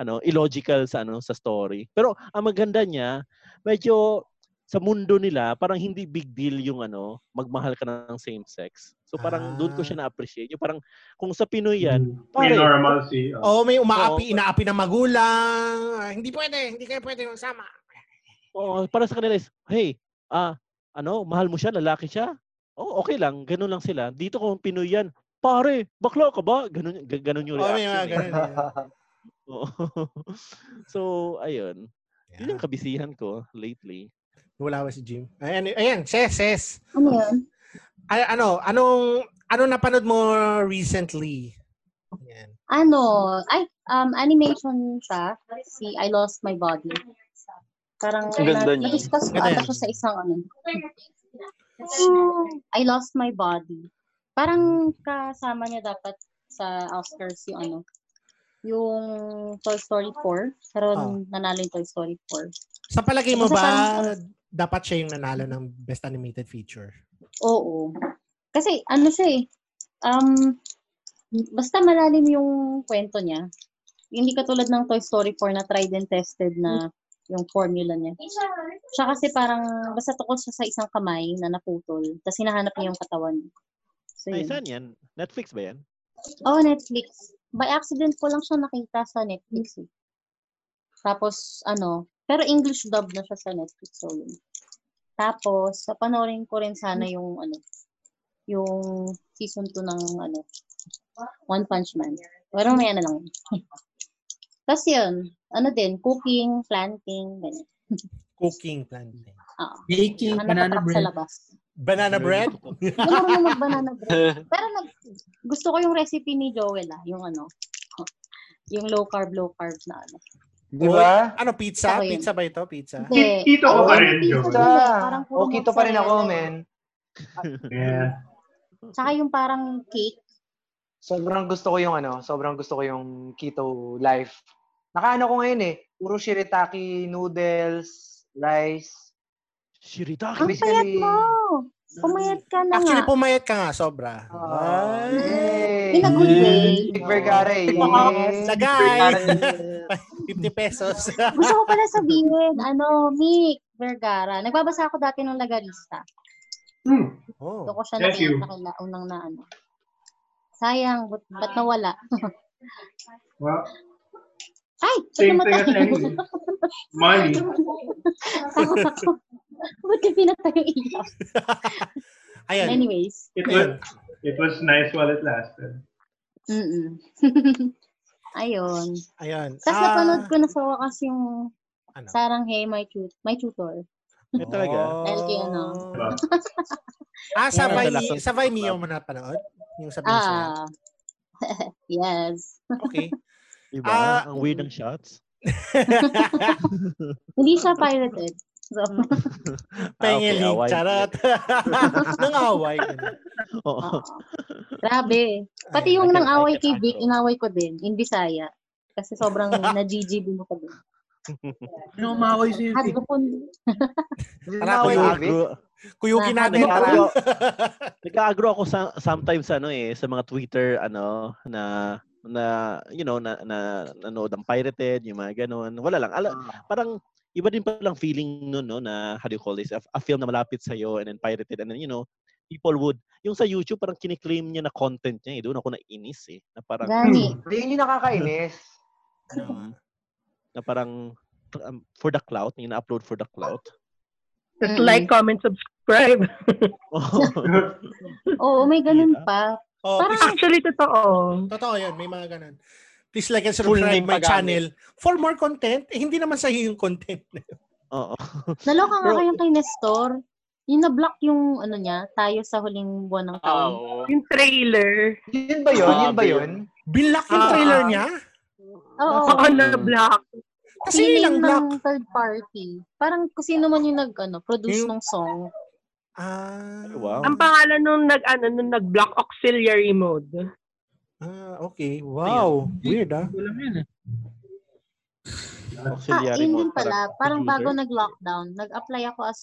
ano, illogical sa ano sa story. Pero ang maganda niya, medyo sa mundo nila, parang hindi big deal yung ano, magmahal ka ng same sex. So parang doon
Ah.
ko siya na-appreciate. Yung parang kung sa Pinoy yan,
Hmm.
pare,
May normal si... oh.
Oh, Mm. may umaapi,
Oo.
inaapi ng magulang. Ah, hindi pwede, hindi kayo pwede magsama.
oo, para sa kanila is, hey, ah, ano, mahal mo siya, lalaki siya? Oh, okay lang, ganun lang sila. Dito kung Pinoy yan, pare, bakla ka ba? Ganun, g- ganun yung
Oh, may
reaction.
mga
eh.
ganun. eh.
Oo. so, ayun. Yun yung kabisihan ko lately.
Wala ba si Jim? ano, Ayan, ayan, ses, ses.
Ano yun?
Ay, ano, anong, ano napanood mo recently? Ayan.
Ano? Ay, um, animation siya. Si I Lost My Body. Parang
Ang ganda niya.
na-discuss ko
Ganda
ata
yan.
siya sa isang ano. Hmm, I Lost My Body. Parang kasama niya dapat sa Oscars yung ano. Yung Toy Story 4. Pero
Ah.
nanalo yung Toy Story 4.
Sa palagay mo
Basta
ba,
parang-
dapat siya yung nanalo ng Best Animated Feature?
Oo. Kasi ano siya eh, um, basta malalim yung kwento niya. Hindi katulad ng Toy Story 4 na tried and tested na yung formula niya. Siya kasi parang basta tukol siya sa isang kamay na naputol. Tapos hinahanap niya yung katawan. So
Ay,
yun.
saan yan? Netflix ba yan?
Oh, Netflix. By accident ko lang siya nakita sa Netflix eh. Tapos ano, pero English dub na siya sa Netflix. So yun. Tapos, papanoorin ko rin sana yung ano, yung season 2 ng ano, One Punch Man. Pero may ano lang. Tapos yun, ano din, cooking, planting, ganyan.
Cooking,
Hmm.
planting.
Oo.
Baking,
Mga
banana
natatrap sa
bread.
labas. Ano
Banana bread?
Yung marunong mag-banana bread. Pero nag, gusto ko yung recipe ni Joel ah, yung ano, yung low carb, low carb na ano.
Di ba?
Ano, pizza?
Ako yun.
Pizza ba ito? Pizza?
Hindi.
Tito ko
Ako
pa
yung
rin,
pizza
Joel.
dun eh,
Sa,
parang puro
Ah, okay to pa rin ako,
mozzarella.
men.
Yeah.
Tsaka yung parang cake.
Sobrang gusto ko yung ano, sobrang gusto ko yung keto life. Nakaano ko ngayon eh, puro shirataki noodles, rice.
Shiritaki.
Ang payat
Basically,
mo! Pumayat ka na
Actually,
nga.
pumayat ka nga sobra.
Ah,
Ay.
In a good
Mm.
way.
Big Vergara eh.
Yes. Sagay.
Vergara.
50 pesos.
Gusto ko pala sabihin, ano, Mick Vergara. Nagbabasa ako dati ng Lagarista.
Hmm.
oh.
Doon ko siya
Thank you.
nakita nakila unang na ano. Sayang, but, ba't nawala?
Well,
Ay! Ba't
same thing as
namatay?
anyway. Money.
Tama ako. Ba't yung pinatay yung ilaw?
Ayan.
Anyways.
It
Ayun.
was, it was nice while it lasted.
Mm-mm. Ayun.
Ayan.
Tapos
Ah,
napanood ko na sa wakas yung
Ano?
Sarang Hey, My, Tut- my Tutor.
Eh, talaga.
Dahil kay ano.
Diba?
Ah, sa
Yeah.
Vimeo, sa Vimeo mo napanood? Ah, Yung sabihin sa'yo.
Ah. yes.
Okay.
Diba?
Ah.
Ang weird ng shots.
Hindi siya pirated. So,
Pengeling,
Ah, away.
charot. Nang-away.
Oo.
oo. Grabe. Pati
Ayan,
I
yung
can-
nang
I can
away kay
agree.
Vic, inaway ko din. In Bisaya. Kasi sobrang na-GGB mo ko din.
Ano umakoy sa'yo?
Had ko kun-
Tara,
Away,
kuyo-
Vic.
Nag-agro,
Ah.
kuyugin natin.
Nakakaloka.
Nag-agro.
nag-agro ako sa, sometimes ano eh, sa mga Twitter ano na na you know na, na nanood ng pirated yung mga ganun wala lang ala,
Ah.
parang iba din palang feeling nun no na how do you call this a, a film na malapit sa and then pirated and then you know people would yung sa YouTube parang kiniklaim niya na content niya eh doon ako nainis eh na parang
Gani.
Hindi, yun yung nakakainis.
Hmm. Ano nga?
na parang um, for the clout yung na-upload for the clout
Mm.
Just
Mm-mm.
like, comment, subscribe.
Oh.
Oo, may ganun
Diba?
pa.
Oh,
Parang-
please,
Actually, totoo.
totoo yan. May mga ganun. Please like and
Full
subscribe
name
my
pa gamit.
channel for more content. Eh, hindi naman sa'yo yung content.
oo
Naloka nga
Bro.
kayang kay Nestor. Yung na-block yung ano niya, tayo sa huling buwan ng taon.
Ah,
Ah,
Oo.
Yung trailer.
Um, Yun ba yun? Yun ba yun?
Binlock yung
Ah.
trailer niya?
Oo.
Oo, na-block.
Mm. Kasi
Kasi
ilang block.
ng third party. Parang kung sino man yung nag, ano, produce
Yung-
ng song.
Ah.
Ay, wow.
Ang pangalan nung nag ano nung nag-block auxiliary mode.
Ah, okay. Wow. Weird, ah.
Hindi ko alam yun eh.
Ah,
auxiliary
yun
mode,
din pala. Parang
producer.
bago nag-lockdown, nag-apply ako as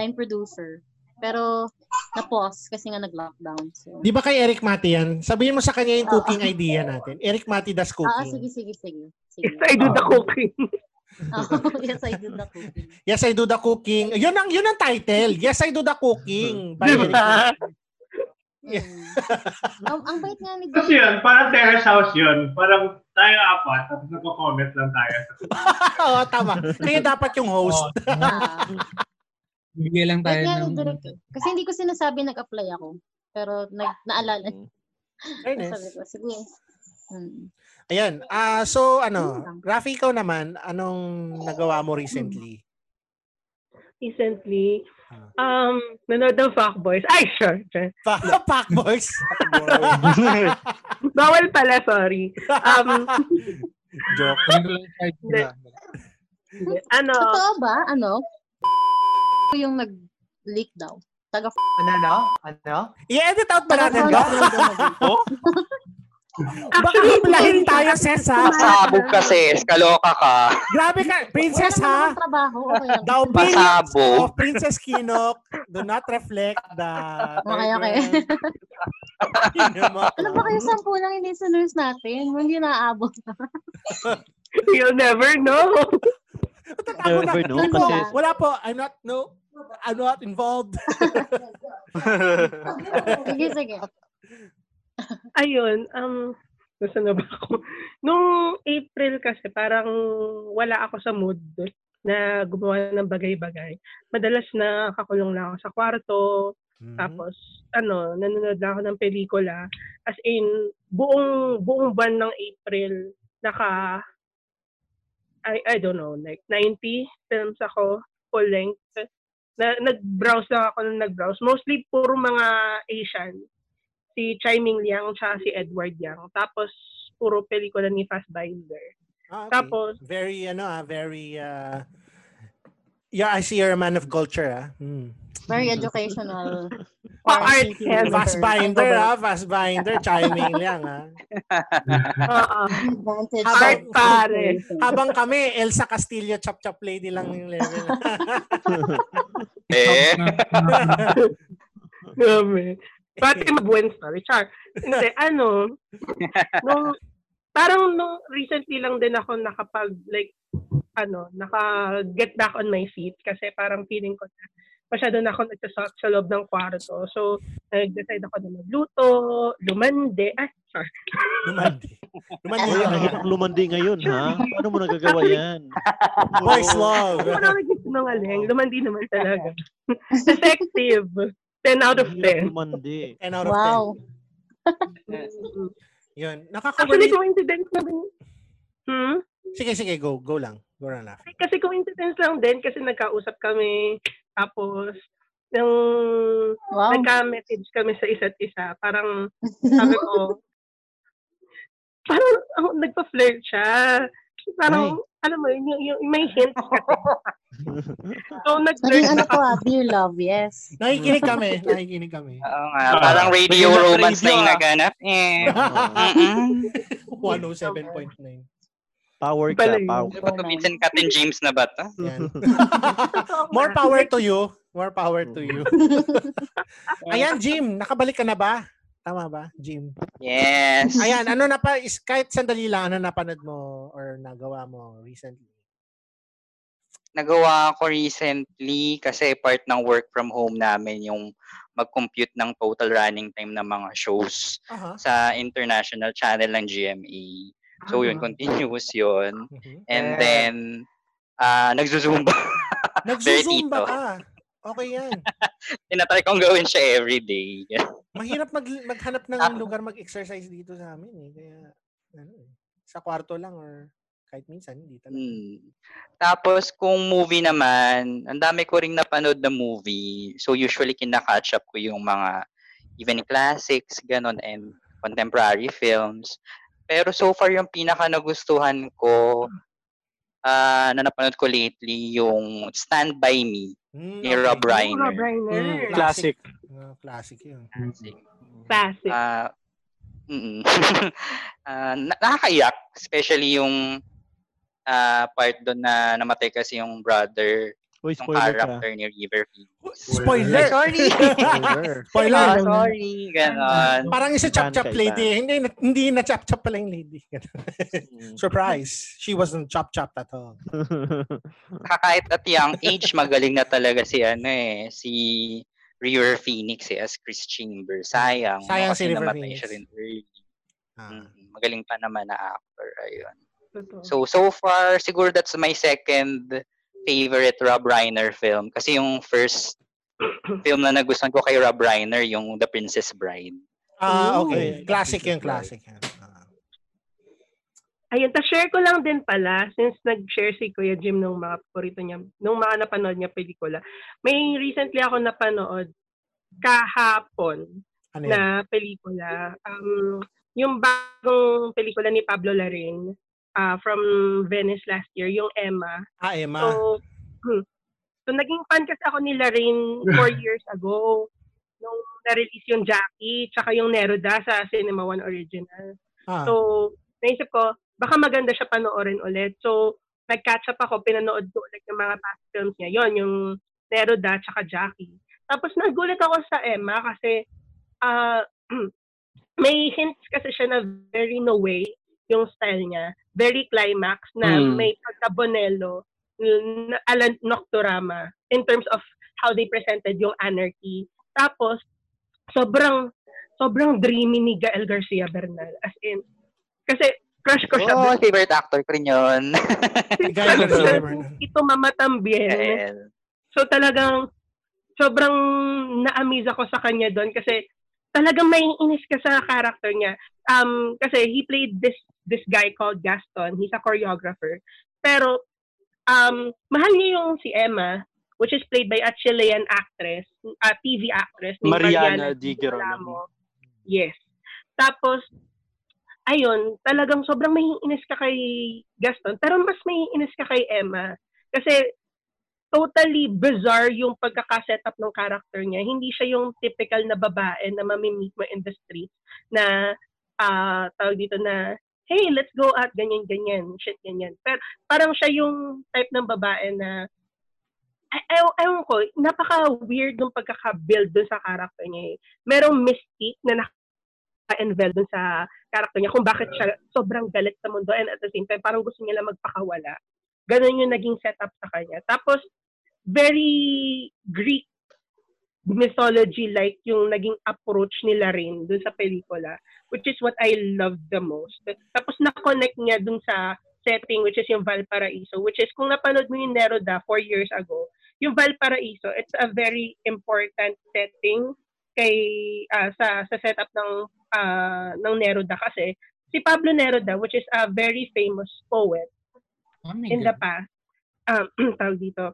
line producer. Pero na-pause kasi nga nag-lockdown. So.
Di ba kay Eric Mati yan? Sabihin mo sa kanya yung
Oo.
cooking idea natin. Eric Mati does
Ah, ah,
cooking.
sige, sige, sige. sige.
Yes, I do the cooking.
Oh, yes, I do the cooking.
Yes, I do the cooking. Yun ang, yun ang title. Yes, I do the cooking. By Eric Mati.
Mm. ang, ang bait nga ni
Kasi yun, parang terrace house yun. Parang tayo apat, tapos nagko-comment lang tayo.
Oo, tama. Kaya dapat yung host.
Oo.
Ah,
Bigay Oh, lang tayo
bait nga ni
ng...
Direk eh. Kasi hindi ko sinasabi nag-apply ako. Pero nag, naalala niya.
Mm.
Sabi
Fairness.
ko, sige. Mm.
Ayan. Ah, so ano, Rafi ikaw naman, anong nagawa mo recently?
Recently,
Ah.
um, nanood ng Fuckboys. Ay, sure. sure.
Pa Pack Boys.
Bawal pala, sorry. Um,
Joke.
Sabi ko lang, kahit
Hindi.
na.
hindi. ano,
Totoo ba? Ano? Yung nag-leak daw. Taga
Ano na? Ano?
I-edit out ba natin
Taga-
to? Baka
actually,
hulahin tayo, Ses, ha?
Pasabog kasi. Kaloka ka.
Grabe ka, Princess,
Wala naman
ha?
akong trabaho. Okay lang.
The opinions
Pasabog.
of Princess Kinok do not reflect the...
Okay, okay. Ano ba kayo sampu ng listeners natin? Hindi naaabot.
you'll never know.
Tatago na.
Never know,
Yun po,
kasi-
Wala po. I'm not, no. I'm not involved.
Sige, sige.
Ayun, um, nasa na ba ako? Nung April kasi, parang wala ako sa mood na gumawa ng bagay-bagay. Madalas na kakulong lang ako sa kwarto,
Mhm.
Tapos, ano, nanonood lang ako ng pelikula. As in, buong, buong ban ng April, naka, I, I don't know, like 90 films ako, full length. Na, nag-browse lang ako nung nag-browse. Mostly, puro mga Asian. Si Chai Ming Liang, tsaka si Edward Yang. Tapos, puro pelikula ni Fassbinder.
Ah, okay.
Tapos,
very ano ah, very uh, Yeah, I see you're a man of culture ah. Hmm.
Very educational.
Pa-art head.
Fast binder ah, fast binder, chiming lang ah.
oo.
Advantage.
Art
of-
pare.
Habang kami, Elsa Castillo chop chop lady lang yung level. ah.
Eh,
Grabe. Pati mag-Wednesday, Char. Hindi, ano, nung, parang nung recently lang din ako nakapag, like, ano, naka-get back on my feet kasi parang feeling ko na masyado na ako nagsasot sa loob ng kwarto. So, nag-decide ako na magluto, lumande, ah, char.
Lumandi. Lumandi.
Wala,
ka.
hirap lumandi ngayon, ha? Paano mo nagagawa yan?
Boys love.
Ano na nagsisinungaling? Lumandi naman talaga. Effective. 10 out of
Ang
10.
hirap lumandi.
10 out of
Wow.
Mm.
10. Yun.
Actually,
Nakaka-relate.
coincidence na din. Hmm?
Sige, sige, go. Go lang. Go lang. lang.
Ay, kasi coincidence lang din kasi nagkausap kami tapos nang
Wow.
nagka-message kami sa isa't isa parang sabi ko parang oh, nagpa-flirt siya parang alam mo yun, yung, yung, may hints kasi so nag-flirt
Naging ano
na
to ah, dear love, yes.
Nakikinig kami. Nakikinig kami. Ah,
oo nga. Parang radio
Bigyan ng
romance na
radio,
yung
ah.
naganap. Eh. Mm-mm.
107.9.
Power ka,
Pala yun.
power.
Ano ba to? Vincent Captain James na ba to?
Yan.
Totoo nga.
More power to you. More power to you. Ayan, Jim. Nakabalik ka na ba? Tama ba, Jim?
Yes.
Ayan, ano na pa, is, kahit sandali lang, ano napanood mo or nagawa mo recently?
nagawa ko recently kasi part ng work from home namin yung mag-compute ng total running time ng mga shows
Aha.
sa international channel ng GMA. So yun, continuous yun.
Mhm.
And
Eh.
then, ah nagzuzumba. Bertito.
Nagsusumba ka. Okay yan.
Tinatry kong gawin siya everyday.
Mahirap mag, maghanap
Ah.
ng lugar mag-exercise dito sa amin eh. Kaya, ano eh, sa kwarto lang or kahit minsan, hindi talaga.
Hmm. Tapos kung movie naman, ang dami ko ring napanood na movie. So usually kinakatch up ko yung mga even classics, ganon, and contemporary films. Pero so far yung pinaka nagustuhan ko ah, na napanood ko lately yung Stand By Me
Mm,
ni Rob
okay.
Mga
Reiner.
Briner.
Mm,
Classic.
Ah, classic yun.
Classic.
Ah, mm. Ah, na- nakakaiyak, especially yung ah, part doon na namatay kasi yung brother
Uy,
yung
spoiler ka.
character ni River Phoenix.
Spoiler!
Sorry!
Spoiler.
Spoiler!
Ah, sorry! Ganon.
Parang isa chop-chop
Ban ka,
lady. eh. Hindi, na- hindi na chop-chop pala yung lady.
Hmm.
Mm.
Surprise! She wasn't chop-chop at all.
Ah, Kahit at young age, magaling na talaga si ano eh, si River Phoenix eh, as Chris Chambers. Sayang.
Sayang
no, kasi
si River
namatay
Phoenix.
siya rin early.
Ah.
Mm, Magaling pa naman na actor. Ayun.
Totoo.
So, so far, siguro that's my second favorite Rob Reiner film. Kasi yung first film na nagustuhan ko kay Rob Reiner, yung The Princess Bride.
Ah,
Ooh.
Ay,
okay. Classic
classic
yung
yun.
classic. yun. Ah.
Ayun, ta-share ko lang din pala, since nag-share si Kuya Jim ng mga paborito niya, nung mga napanood niya pelikula. May recently ako napanood kahapon
Ano yun?
na pelikula. Um, yung bagong pelikula ni Pablo Larin ah, from Venice last year, yung Emma.
Ah, Emma.
So, hmm. so naging fan kasi ako ni Larin four years ago nung na-release yung Jackie tsaka yung Neruda sa Cinema One Original.
Ah.
So, naisip ko, baka maganda siya panoorin ulit. So, nag-catch up ako, pinanood ko ulit yung mga past films niya. Yon, yung Neruda tsaka Jackie. Tapos nagulat ako sa Emma kasi ah, may hints kasi siya na very no way yung style niya. Very climax na
Hmm.
may pagkabonelo n- na- ala Nocturama in terms of how they presented yung anarchy. Tapos, sobrang sobrang dreamy ni Gael Garcia Bernal. As in, kasi crush ko siya.
Oh, favorite actor ko rin yun.
Guy Garcia
Sir,
Bernal.
ito mama tambien.
Gael.
So talagang sobrang na-amaze ako sa kanya doon kasi talagang maiinis ka sa character niya. Um, kasi he played this this guy called Gaston. He's a choreographer. Pero um, mahal niya yung si Emma, which is played by a Chilean actress, a TV actress. named
Mariana Di
Girolamo. Yes. Tapos, ayun, talagang sobrang maiinis ka kay Gaston, pero mas maiinis ka kay Emma. Kasi totally bizarre yung pagkakaset up ng character niya. Hindi siya yung typical na babae na mamimit mo in the street na ah tawag dito na hey, let's go out, ganyan, ganyan, shit, ganyan. Pero parang siya yung type ng babae na ay, ayaw, ayaw ko, napaka-weird ng pagkaka-build dun sa character niya. Eh. Merong mystique na naka-envelop dun sa character niya kung bakit siya sobrang galit sa mundo and at the same time, parang gusto niya lang magpakawala. Ganun yung naging setup sa kanya. Tapos, very Greek mythology like yung naging approach nila rin dun sa pelikula which is what I loved the most. Tapos na-connect niya dun sa setting which is yung Valparaiso which is kung napanood mo yung Neroda four years ago, yung Valparaiso, it's a very important setting kay ah, sa sa setup ng ah, ng Neroda kasi si Pablo Neruda which is a very famous poet
Oh my
in the
God.
past um tawag dito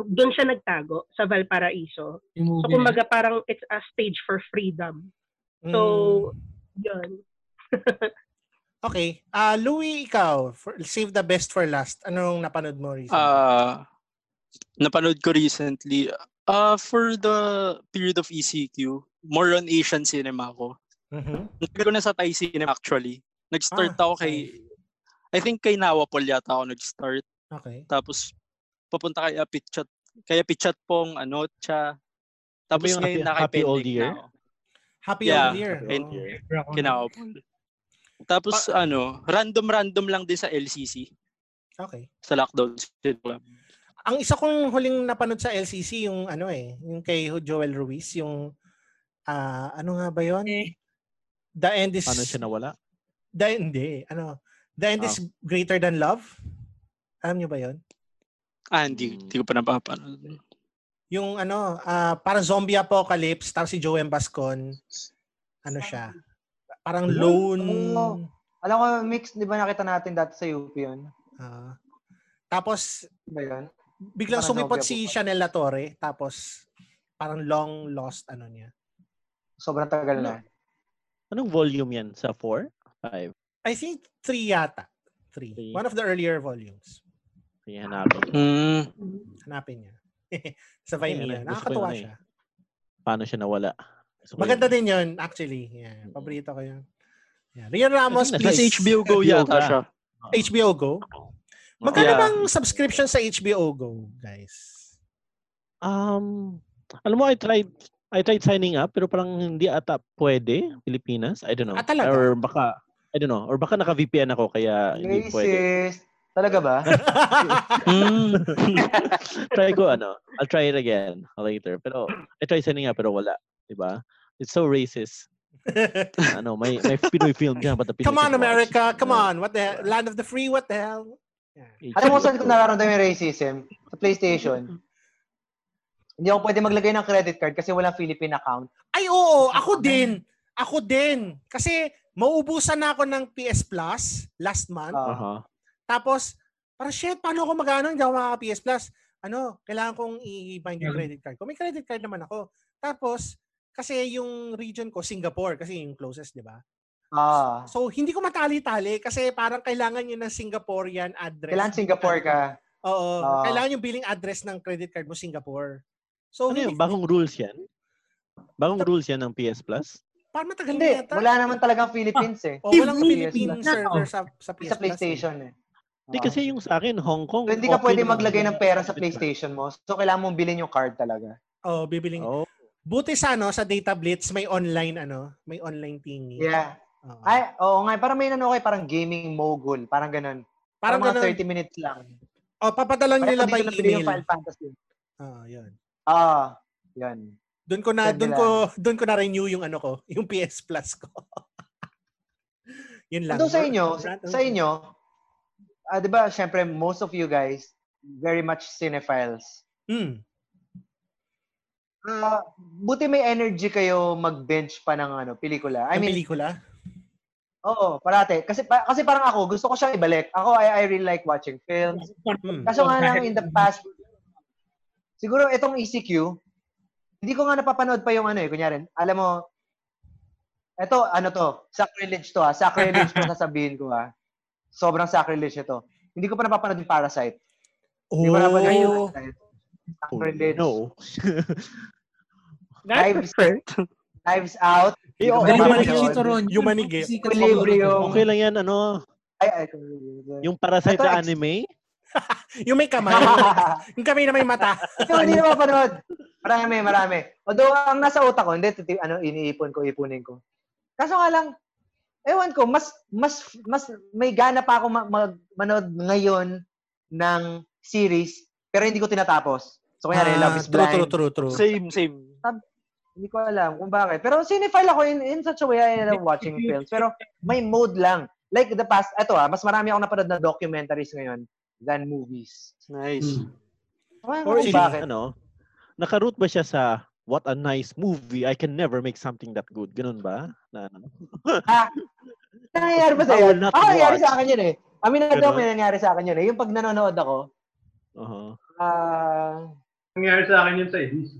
doon siya nagtago sa Valparaiso
Yung movie
So,
na yun.
kumbaga parang it's a stage for freedom.
Mm.
So, yun.
Okay. Ah, Louie, ikaw, for, save the best for last. Anong napanood mo recently?
Ah, napanood ko recently. Uh, for the period of ECQ, more on Asian cinema ko.
Mhm.
Nagkaroon ko na sa Thai cinema actually. Nag-start
Ah,
ako kay, I think kay Nawapol yata ako nag-start.
Okay.
Tapos, papunta kay Apichat. Kay Apichat pong, ano, cha. Tapos
yung
ngayon
Happy-
na kay
Happy
Pendek
Old Year?
na oh. ako.
Happy
Yeah,
Old Year.
happy old
Oo.
year.
Favorite ako na.
Kinakapol. Tapos ano, random-random lang din sa LCC,
Okay.
sa Lockdown City Club.
Ang isa kong huling napanood sa LCC yung ano eh, yung kay Joel Ruiz, yung ah ano nga ba 'yon?
Eh,
The end is
Paano siya nawala? Ah.
the hindi, ano, the end is greater than love. Alam niyo ba 'yon?
Ah, hindi,
Mm.
hindi ko pa napapanood.
Yung ano, ah parang zombie apocalypse tapos si Joem Bascon, ano siya? Parang
Yun.
lone.
Oo. Alam ko, mix, di ba nakita natin dati sa UP yun?
ah. tapos
Di Ba yun?
biglang
Parang
sumipot
zombie
si
apocalypse.
Chanel Torre tapos parang long lost ano niya.
Sobrang tagal na.
Anong volume yan? Sa 4? 5?
I think three yata. Three.
Three.
One of the earlier volumes.
Sige, hanapin.
Mm.
Hanapin niya. sa
Ayun,
Vimeo.
ayun. Gusto ko
Nakakatuwa
yun, eh.
siya.
Paano siya nawala? Gusto ko
Maganda
yun.
din yun, actually. Yeah,
Mm-hmm.
paborito ko yun. Yeah. Rian Ramos,
Kasi nasa
please.
Nasa HBO Go yata
Yoga.
siya.
HBO Go. Magkano
Yeah.
bang subscription sa HBO Go, guys?
Um, alam mo, I tried I tried signing up pero parang hindi ata pwede Pilipinas. I don't know.
Ah, talaga?
Or baka I don't know. Or baka naka-VPN ako kaya hindi pwede.
Racist. Talaga ba?
Mm.
try ko ano. I'll try it again later. Pero I try signing up pero wala, 'di ba? It's so racist. ano, may may Pinoy film Ano? diyan but the Pinoy
come
can
on,
watch.
America. Come
No.
on. What the hell? Land of the free? What the hell?
Alam mo saan ko nararamdaman yung racism? Sa PlayStation. Hindi ako pwede maglagay ng credit card kasi walang Philippine account.
Ay, oo. Ako din. Ako din. Kasi maubusan na ako ng PS Plus last month.
Ah,
Uh-huh.
Aha.
Tapos, parang shit, paano ako mag-ano? Hindi ako makaka-PS Plus. Ano, kailangan kong i-bind yung
Yeah.
credit card ko. May credit card naman ako. Tapos, kasi yung region ko, Singapore, kasi yung closest, di ba?
ah.
So, hindi ko matali-tali kasi parang kailangan yun ng Singaporean address.
Kailangan Singapore ka.
Oo.
Ah.
kailangan yung billing address ng credit card mo, Singapore.
Ano
So, hindi,
yun? Bagong rules yan? Bagong rules yan ng PS Plus?
parang matagal
Hindi,
na yata.
wala naman talagang Philippines eh.
Oh, walang
Yes,
Philippine
yes.
server sa, sa
Sa
PS Plus. eh.
PlayStation eh.
Hindi
Ah.
kasi yung sa akin, Hong Kong.
So, hindi ka
okay
pwede
naman
maglagay
yung
ng pera sa
credit card.
PlayStation mo. So, kailangan mong bilhin yung card talaga.
Oo, bibiling.
Oh.
Buti sa, ano, sa Data Blitz, may online, ano, may online thingy.
Yeah.
Oo.
Ay, oo nga. Parang may ano kay parang gaming mogul. Parang ganun.
parang
Parang, mga 30
ganun.
minutes lang.
Oh, papadala
Kaya
nila
ko
by
dito nabili
email.
yung Final Fantasy.
Ah, yun.
Ah, yan.
Doon ko na
Send
doon
nila.
ko doon ko na renew yung ano ko, yung PS Plus ko. yun lang.
Although sa
We're-
inyo,
we're not-
sa inyo, ah, 'di ba, syempre
Hmm.
most of you guys very much cinephiles.
Mm.
Ah, buti may energy kayo mag-bench pa ng ano, pelikula. I mean,
Ng pelikula?
oo, parate. Kasi pa- kasi parang ako, gusto ko siyang ibalik. Ako I, I really like watching films.
Hmm.
Kaso nga lang in the past siguro itong ECQ hindi ko nga napapanood pa yung ano eh, kunyari. Alam mo eto ano to, sacrilege to ha. Sacrilege to sasabihin ko ha. Sobrang sacrilege ito. Hindi ko pa napapanood yung Parasite. Hindi ko pa napapanood yung
Oh,
Parasite. Sacrilege.
No.
Knives, Knives Out. Hindi
Eh,
ko
oh,
pa
Very
Humanig-
napanood.
maligid ito ron.
Humanig eh.
Sikat sa
Equilibrium.
Okay lang yan, ano?
Ay, ay.
Yung Parasite
Ito,
na
ex-
anime?
yung may kamay. yung kamay na may mata.
Ito, hindi na mapanood. Marami, marami. Although, ang nasa utak ko, hindi, titi, ano, iniipon ko, ipunin ko. Kaso nga lang, ewan ko, mas, mas, mas, may gana pa ako ma- mag, manood ngayon ng series, pero hindi ko tinatapos. So, kaya
Ah,
Love is Blind.
True, true, true, true.
Same, same.
Hindi ko alam kung bakit. Pero cinephile ako in, in such a way I love watching films. Pero may mode lang. Like the past, eto ah, mas marami ako napanood na documentaries ngayon than movies.
Nice.
Ewan ko
Or
kung
is,
bakit.
ano, nakaroot ba siya sa what a nice movie, I can never make something that good. Ganun ba? Na, ano?
Nangyayari ba
I
sa'yo?
will not
Ako, nangyayari
watch.
sa akin yun eh. Aminado ako,
Ganon.
nangyayari sa akin yun eh. Yung pag nanonood ako,
Uh-huh.
ah,
Nangyari sa akin yun sa Elise.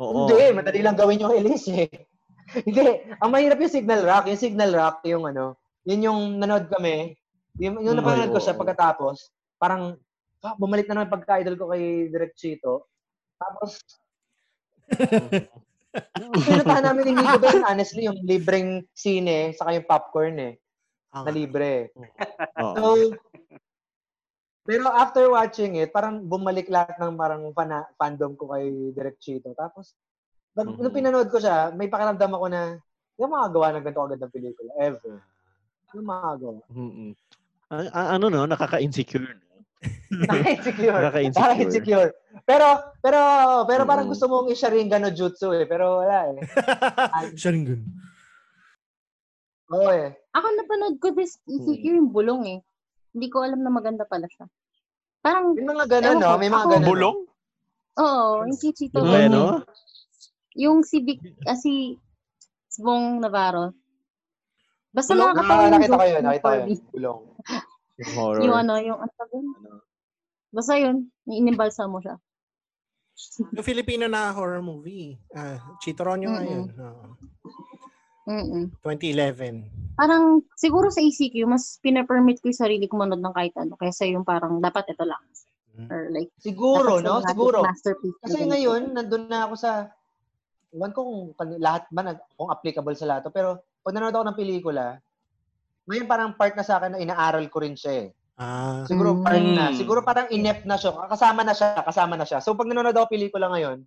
Oo.
hindi, eh, madali lang gawin yung Elise eh. hindi, ang mahirap yung signal rock. Yung signal rock, yung ano, yun yung nanood kami, yung, yung
Mm,
napanood ko
oo,
siya
oo.
pagkatapos, parang, ah, bumalik na naman pagka-idol ko kay Direk Chito. Tapos, pinuntahan namin ni Nico doon, honestly, yung libreng sine, saka yung popcorn eh, na
Ah,
libre eh.
Oo.
So, pero after watching it, parang bumalik lahat ng parang fana, fandom ko kay Direk Chito. Tapos, pag, nung
Mhm.
pinanood ko siya, may pakiramdam ako na, hindi ako makagawa ng ganito kagandang pelikula, ever. Hindi ako makagawa.
Mm-mm. A- a- ano no, nakaka-insecure. no?
Nakaka-insecure.
Nakaka-insecure.
Nakaka-insecure. Pero, pero, pero parang
Mhm.
gusto mong isharingan no jutsu eh. Pero wala eh.
Sharingan.
Oo eh.
Ako napanood ko this ECQ yung bulong eh. Hindi ko alam na maganda pala siya. Parang,
May mga ganun,
Ewan
no?
ko.
May mga
Ako-
ganun. no?
Bulong?
oo, yung chichito.
Yung
Oo.
kaya, no?
Yung si Vic, ah, si Bong Navarro. Basta
Ah,
Bulong?
nakakatawa yung
nakita ko
joke
yun.
ni
Nakita ko yun.
Corby.
Bulong.
Yung horror.
Yung ano, yung ano sabi?
Ano?
Basta yun, inimbalsa mo siya.
Yung Filipino na horror movie. Ah, Chitoron yung
Mm-mm.
ngayon. Oo.
Mm-mm.
2011.
Parang, siguro sa ECQ, mas pinapermit ko yung sarili ko manood ng kahit ano. Kaysa yung parang, dapat ito lang.
Mm.
Or like,
Siguro,
dapat
no?
yung
Siguro.
masterpiece. na
Kasi
ganito.
ngayon, nandun na ako sa, iwan ko kung kan- lahat ba, na- kung applicable sa lahat. to, Pero pag nanonood ako ng pelikula, ngayon parang part na sa akin na inaaral ko rin siya eh.
Ah,
Siguro part
Mm.
na. Siguro parang inept na siya. Kasama na siya. Kasama na siya. So pag nanonood ako ng pelikula ngayon,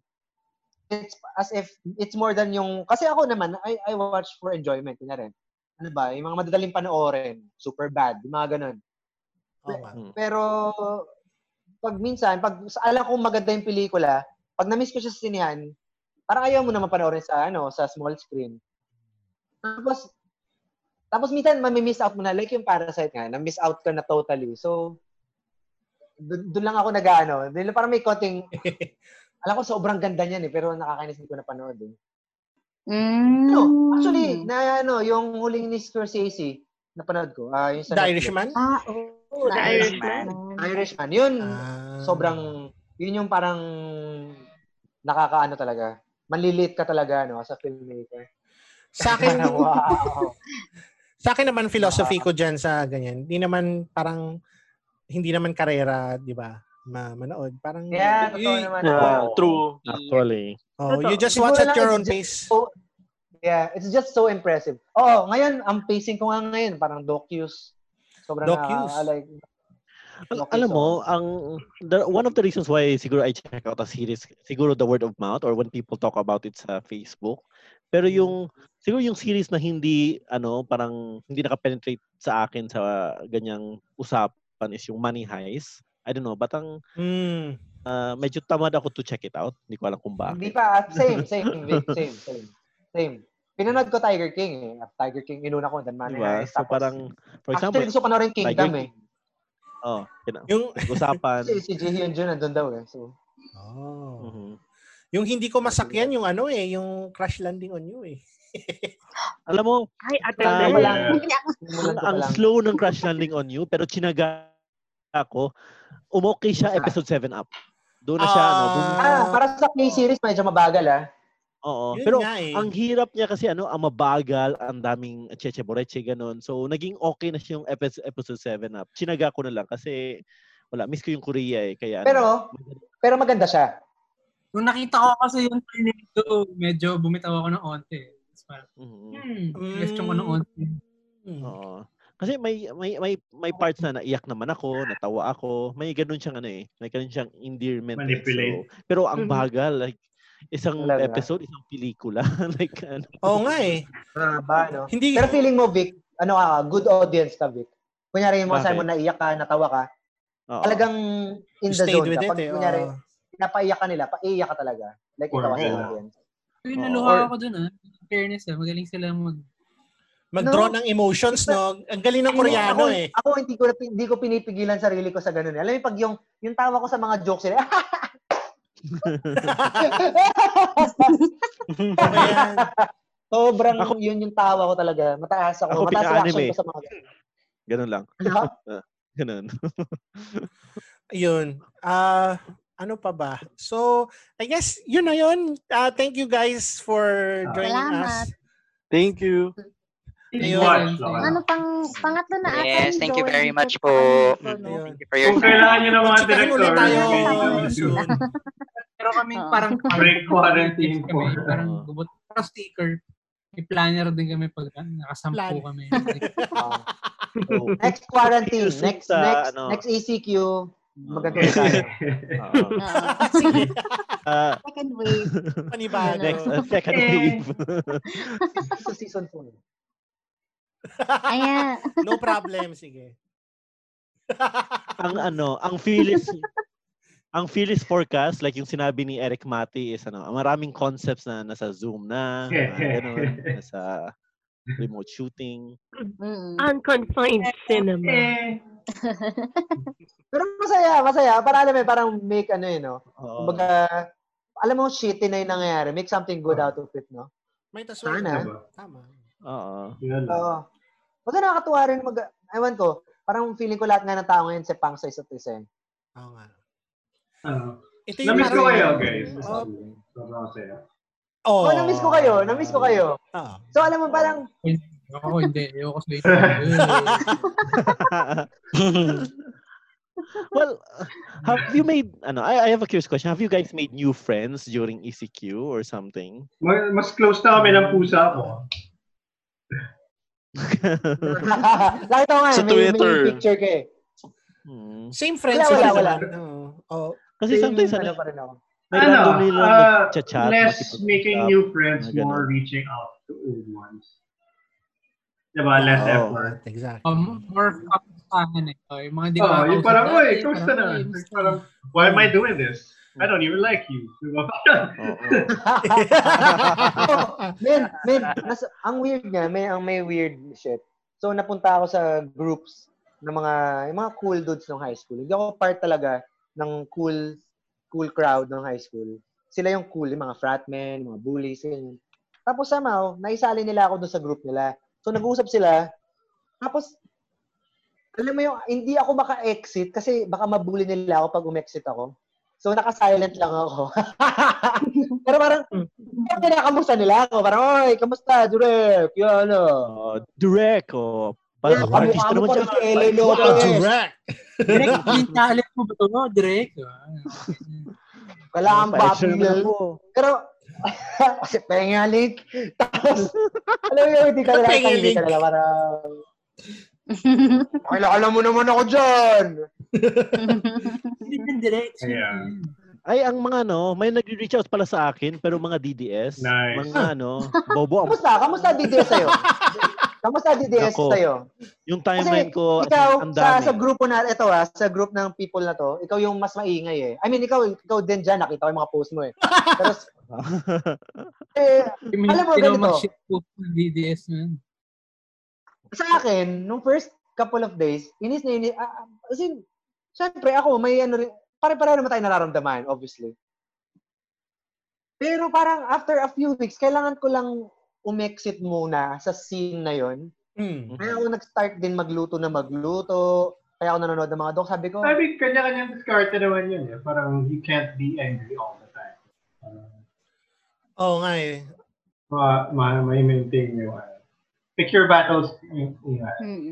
it's as if it's more than yung kasi ako naman I I watch for enjoyment kunyari. Ano ba? Yung mga madadaling panoorin, super bad, yung mga ganun.
oo nga.
Pero pag minsan, pag sa- alam kong maganda yung pelikula, pag na-miss ko siya sa sinehan, parang ayaw mo naman panoorin sa ano, sa small screen. Tapos tapos minsan mami-miss out mo na like yung Parasite nga, na-miss out ka na totally. So dun dun lang ako nag-ano, dun lang parang may konting alam ko sobrang ganda niyan eh, pero nakakainis hindi ko napanood eh.
Mm.
No, actually, na ano, yung huling ni Scorsese, napanood ko. Ah, yung sa
The
Netflix.
Irishman?
Ah, oo.
The
na-
Irishman.
Irishman. Yun,
Ah.
sobrang, yun yung parang nakakaano talaga. Manlilit ka talaga, no, sa filmmaker.
Sa akin,
wow.
sa akin naman philosophy ko dyan sa ganyan. Hindi naman parang, hindi naman karera, di ba? Ma manood. Parang,
Yeah,
y-
totoo naman.
Yeah,
Oo.
true.
Actually.
oh, you
Totoo.
just
Siguro
watch at
lang
your
it's
own
ju-
pace.
So, yeah, it's just so impressive. Oo, ngayon, ang pacing ko nga ngayon, parang docus. Sobrang
Docus.
na, like,
Al-
docus,
alam mo,
oo.
ang the, one of the reasons why siguro I check out a series, siguro the word of mouth or when people talk about it sa Facebook. Pero
Mm.
yung siguro yung series na hindi ano, parang hindi nakapenetrate sa akin sa ganyang usapan is yung Money Heist. I don't know, batang
Mm.
ah, medyo tamad ako to check it out. Hindi ko alam kung bakit.
Hindi pa. ah, Same, same, Vic. Same, same. Same. Pinanood ko Tiger King eh. Tiger King, inuna ko. Then Money
Diba?
Heist.
So
Tapos,
parang, for example,
actually, gusto ko na rin Kingdom
Tiger
eh.
oh, yun, na,
Yung,
usapan.
Kasi si Ji Hyun Jun nandun daw eh. So,
Mm-hmm.
oh.
Mhm.
Yung hindi ko masakyan, yung ano eh, yung crash landing on you eh.
Alam mo,
Ay,
Ah,
attendant.
wala.
Simulan ko pa
ang
lang.
slow ng crash landing on you, pero chinaga ako. Umokay siya episode 7 up. Doon na siya, ano, bum-
Ah, para sa K-series, medyo mabagal ah.
oo.
Yun
Pero
nga eh.
ang hirap niya kasi ano, ang mabagal, ang daming cheche boreche ganun. So naging okay na siya yung episode, episode 7 up. Chinaga ko na lang kasi wala, miss ko yung Korea eh. Kaya ano,
Pero, pero maganda siya.
Nung nakita ko kasi yung tornado, medyo bumitaw ako ng onte. Tapos parang,
mhm.
hmm, question ko ng onte.
Mm.
Oo. Kasi may may may may parts na naiyak naman ako, natawa ako. May ganun siyang ano eh, may ganun siyang endearment. eh.
Manipulate.
So, pero ang
Mhm.
bagal like isang
Talaga.
episode, isang pelikula like ano.
Oo nga eh.
Haba, no?
Hindi,
Pero feeling mo, Vic, ano ka, good audience ka, Vic. Kunyari yung mga
Bakit?
saan mo naiyak ka, natawa ka,
Oo.
talagang in the
stayed
zone
with
ka.
it
Pag
eh.
kunyari,
oo.
napaiyak ka nila, paiyak ka talaga. Like, ikaw as an
Oo.
audience.
Pero
Oo.
naluha
Or-
ako dun ah. In fairness ah, magaling sila mag...
Mag-draw
No.
ng emotions, no? Ang galing ng Koreano
ako,
eh.
Ako, hindi ko, hindi ko pinipigilan sarili ko sa ganun. eh. Alam mo, yung pag yung, yung tawa ko sa mga jokes eh, nila,
Ano ba yan?
sobrang
Ako-
yun yung tawa ko talaga. Mataas ako.
Ako,
mataas yung action
pina-anime.
ko sa mga ganun.
ganun lang. Ah,
Ano?
Ganun.
Yun. Ah, ano pa ba? So, I guess, yun na yun. Ah, thank you guys for
Ah.
joining
Salamat.
us.
Thank you.
Ayun.
Watch
Ano
lang.
pang pangatlo na ata
Yes,
yung
thank you
Joel
very
dito
much
sa ano
po. Mm.
nito, no?
Ayun.
Thank you for your
Kung kailangan nyo ng mga
Chikahan
director,
ulit tayo
pwede nyo
soon.
soon.
Pero kaming
Oo.
parang...
Break quarantine
kami,
po.
Parang
Oo.
gubot. Parang sticker. May planner din kami pag ah, nakasampu
Plan.
kami.
Ah.
So,
next quarantine,
Soon
next,
sa,
next,
ano. Mm.
next E ECQ, magkakita tayo.
oo.
Oo.
Sige.
Ah,
Second wave. Ano?
Ano?
Panibago.
next, uh, second
Eh.
wave.
sa season 4.
Ayan.
no problem. Sige.
ang ano, ang Phyllis ang Phyllis forecast like yung sinabi ni Eric Mati is ano, maraming concepts na nasa Zoom na, mga ganun, nasa remote shooting.
Mm.
Unconfined cinema.
Eh,
Pero masaya, masaya. Para alam mo, yun, parang make ano yun, no?
Oo.
Kumbaga, alam mo, shitty na yung nangyayari. Make something good out of it, no?
Might as well.
Sana.
diba?
Tama.
Oo.
Yun lang.
Oo. Baga nakakatuwa rin mag... Ewan ko, parang feeling ko lahat nga ng tao ngayon sa pang sa isa't isa. eh.
Oo nga.
Ano?
Ito yung
Namiss ko
parang-
kayo, guys.
Oh,
Sobrang saya.
oh.
Oh, na-miss ko kayo, na-miss ko kayo.
Oo.
So alam mo, parang
Ako hindi. Ayoko sila.
well, have you made ano, I, I have a curious question. Have you guys made new friends during ECQ or something?
Ma- Mas close na kami ng pusa ko.
Nakita ko nga,
Sa
may,
Twitter. Mm.
may picture ka eh.
Hmm.
Same friends.
Wala, wala,
yun
wala.
naman. Oo. Oo.
Kasi
Same
sometimes
ano
ano,
pa rin ako.
may
ano,
random nilang
ah,
magchat-chat.
less
makipag-usap,
making new friends,
mga ganun.
more reaching out to old ones. Diba? Less
Oo.
effort.
Exactly.
Um, more kapustahan eh. Oh, yung mga hindi
Oh, yung parang, uy,
kausap
kamusta
dati, parang, "Uy,
na?
musta
Parang,
na?"
why am I doing this? I don't even like you. Diba?
Oo.
men, men, nas, ang weird niya, may ang may weird shit. So napunta ako sa groups ng mga yung mga cool dudes ng high school. Hindi ako part talaga ng cool cool crowd ng high school. Sila yung cool, yung mga frat men, yung mga bullies, yun. Tapos somehow, naisali nila ako doon sa group nila. So nag-uusap sila. Tapos alam mo yung hindi ako maka-exit kasi baka mabully nila ako pag umexit ako. So naka-silent lang ako. Pero parang parang kinakamusta nila ako. Parang, oy, kamusta, Durek? Yun, ano.
Oo. direct o pa,
Direk,
oh. artista
kamukha mo pa
naman siya.
rin si Ellen
Wow,
Lopez.
direct.
Direk, yung talent mo ba ito? No? Direk. ah.
Wala kang
Pa-extra naman
papil.
ako.
Pero, kasi pengaling. Tapos, alam mo yun, hindi ka nila,
Pengaling.
hindi ka nila, parang, kilala mo naman ako dyan.
Hindi yan direk. sino
Yeah.
yan?
Ay, ang mga ano, may nag-reach out pala sa akin, pero mga DDS.
Nice.
Mga ano, bobo ang
Kamusta? Kamusta DDS sa'yo? Kamusta DDS
Ako.
sa'yo?
Yung
Kasi
timeline ko, as in,
ikaw,
ang
sa,
dami.
sa grupo na, ito ah, sa group ng people na to, ikaw yung mas maingay eh. I mean, ikaw, ikaw din dyan, nakita ko yung mga post mo eh. Pero, eh,
Yung
Alam mo,
sino
ganito.
mag-shit po ng DDS man.
sa akin, nung first couple of days, inis na inis. ah, ah, as in, syempre ako, may ano rin, pare-pareho naman tayo nararamdaman, obviously. Pero parang after a few weeks, kailangan ko lang umexit muna sa scene na yon.
Mm.
Kaya ako nag-start din magluto na magluto. Kaya ako nanonood ng mga doc. Sabi ko,
Sabi, kanya-kanya discarte naman yun. Eh. Parang you can't be angry all the time. Parang,
Oo nga eh.
ma, ma, may maintain yung ano. Pick your battles. Yung, yung, ano.
Mm.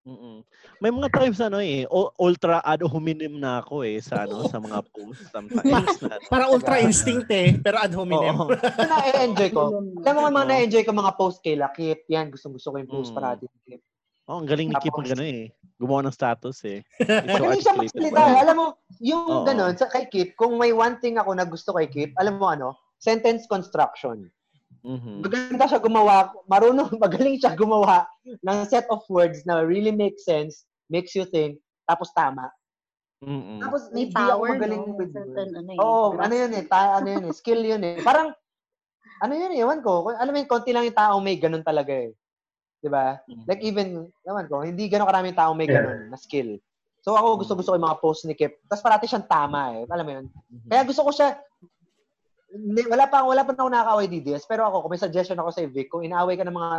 Mm-mm. May mga times ano eh, u- ultra ad hominem na ako eh sa ano sa mga posts sometimes na.
Para ultra instinct eh, pero ad hominem.
Oo.
ito na-enjoy ko. Alam mo kung mga
Oo.
na-enjoy ko mga post kay Lakit. Yan, gustong gusto ko yung post
Mm.
parati. Kit.
Oh, ang galing ni Kip ng gano'n eh. Gumawa ng status eh. It's so
Magaling siya
articulated.
magsalita. Alam mo, yung
Oo.
ganun, sa kay Kit, kung may one thing ako na gusto kay Kit, alam mo ano, sentence construction.
Mm-hmm.
Mhm.
maganda siya gumawa, marunong, magaling siya gumawa ng set of words na really makes sense, makes you think, tapos tama.
Mm-hmm.
Mm-mm.
Tapos
Hmm. May
hindi ako
power,
magaling
no?
with
Certain,
words.
ano eh.
Oo,
grasp.
ano yun eh, ta- ano yun eh, skill yun eh. Parang, ano yun eh, ewan ko, alam mo yun, konti lang yung tao may ganun talaga eh. 'Di ba?
Hmm.
Like even, ewan ko, hindi ganun karami tao may
Yeah.
ganun na skill. So ako gusto gusto ko yung mga posts ni Kip. Tapos parati siyang tama eh. Alam mo yun?
Hmm.
Mhm.
Kaya gusto ko siya, Hindi, wala pa, wala pa na ako nakaka-away DDS, pero ako, kung may suggestion ako sa Vic, kung inaaway ka ng mga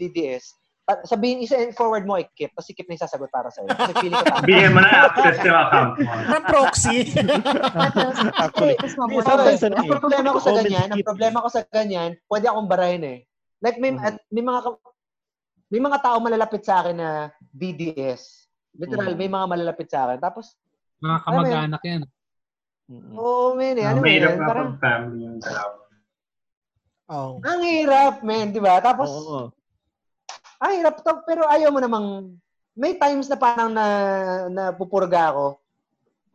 DDS, pa- sabihin, isa-forward mo ikip, tapos ikip na yung sasagot para sa'yo. Kasi feeling ko tama.
Bigyan mo na access yung account mo.
Parang proxy.
Tapos,
Actually,
tapos
Hindi,
Sa
so,
mabuhay.
sometimes,
eh,
ano
ang
eh,
problema ko sa
comments
ganyan, ang
skip eh.
problema ko sa ganyan, pwede akong barahin eh. Like, may,
Mhm.
at, may mga, ka- may mga tao malalapit sa akin na DDS. Literal,
Mhm.
may mga malalapit sa akin. Tapos,
Mga kamag-anak yan.
Mm-mm.
oo, oh, man, eh,
Ah,
ano man,
Mahirap
yan,
na
parang,
pag family yung kalaban.
Oo.
ang hirap, man, di ba? Tapos,
Oo.
ang hirap to, pero ayaw mo namang, may times na parang na, napupurga ako,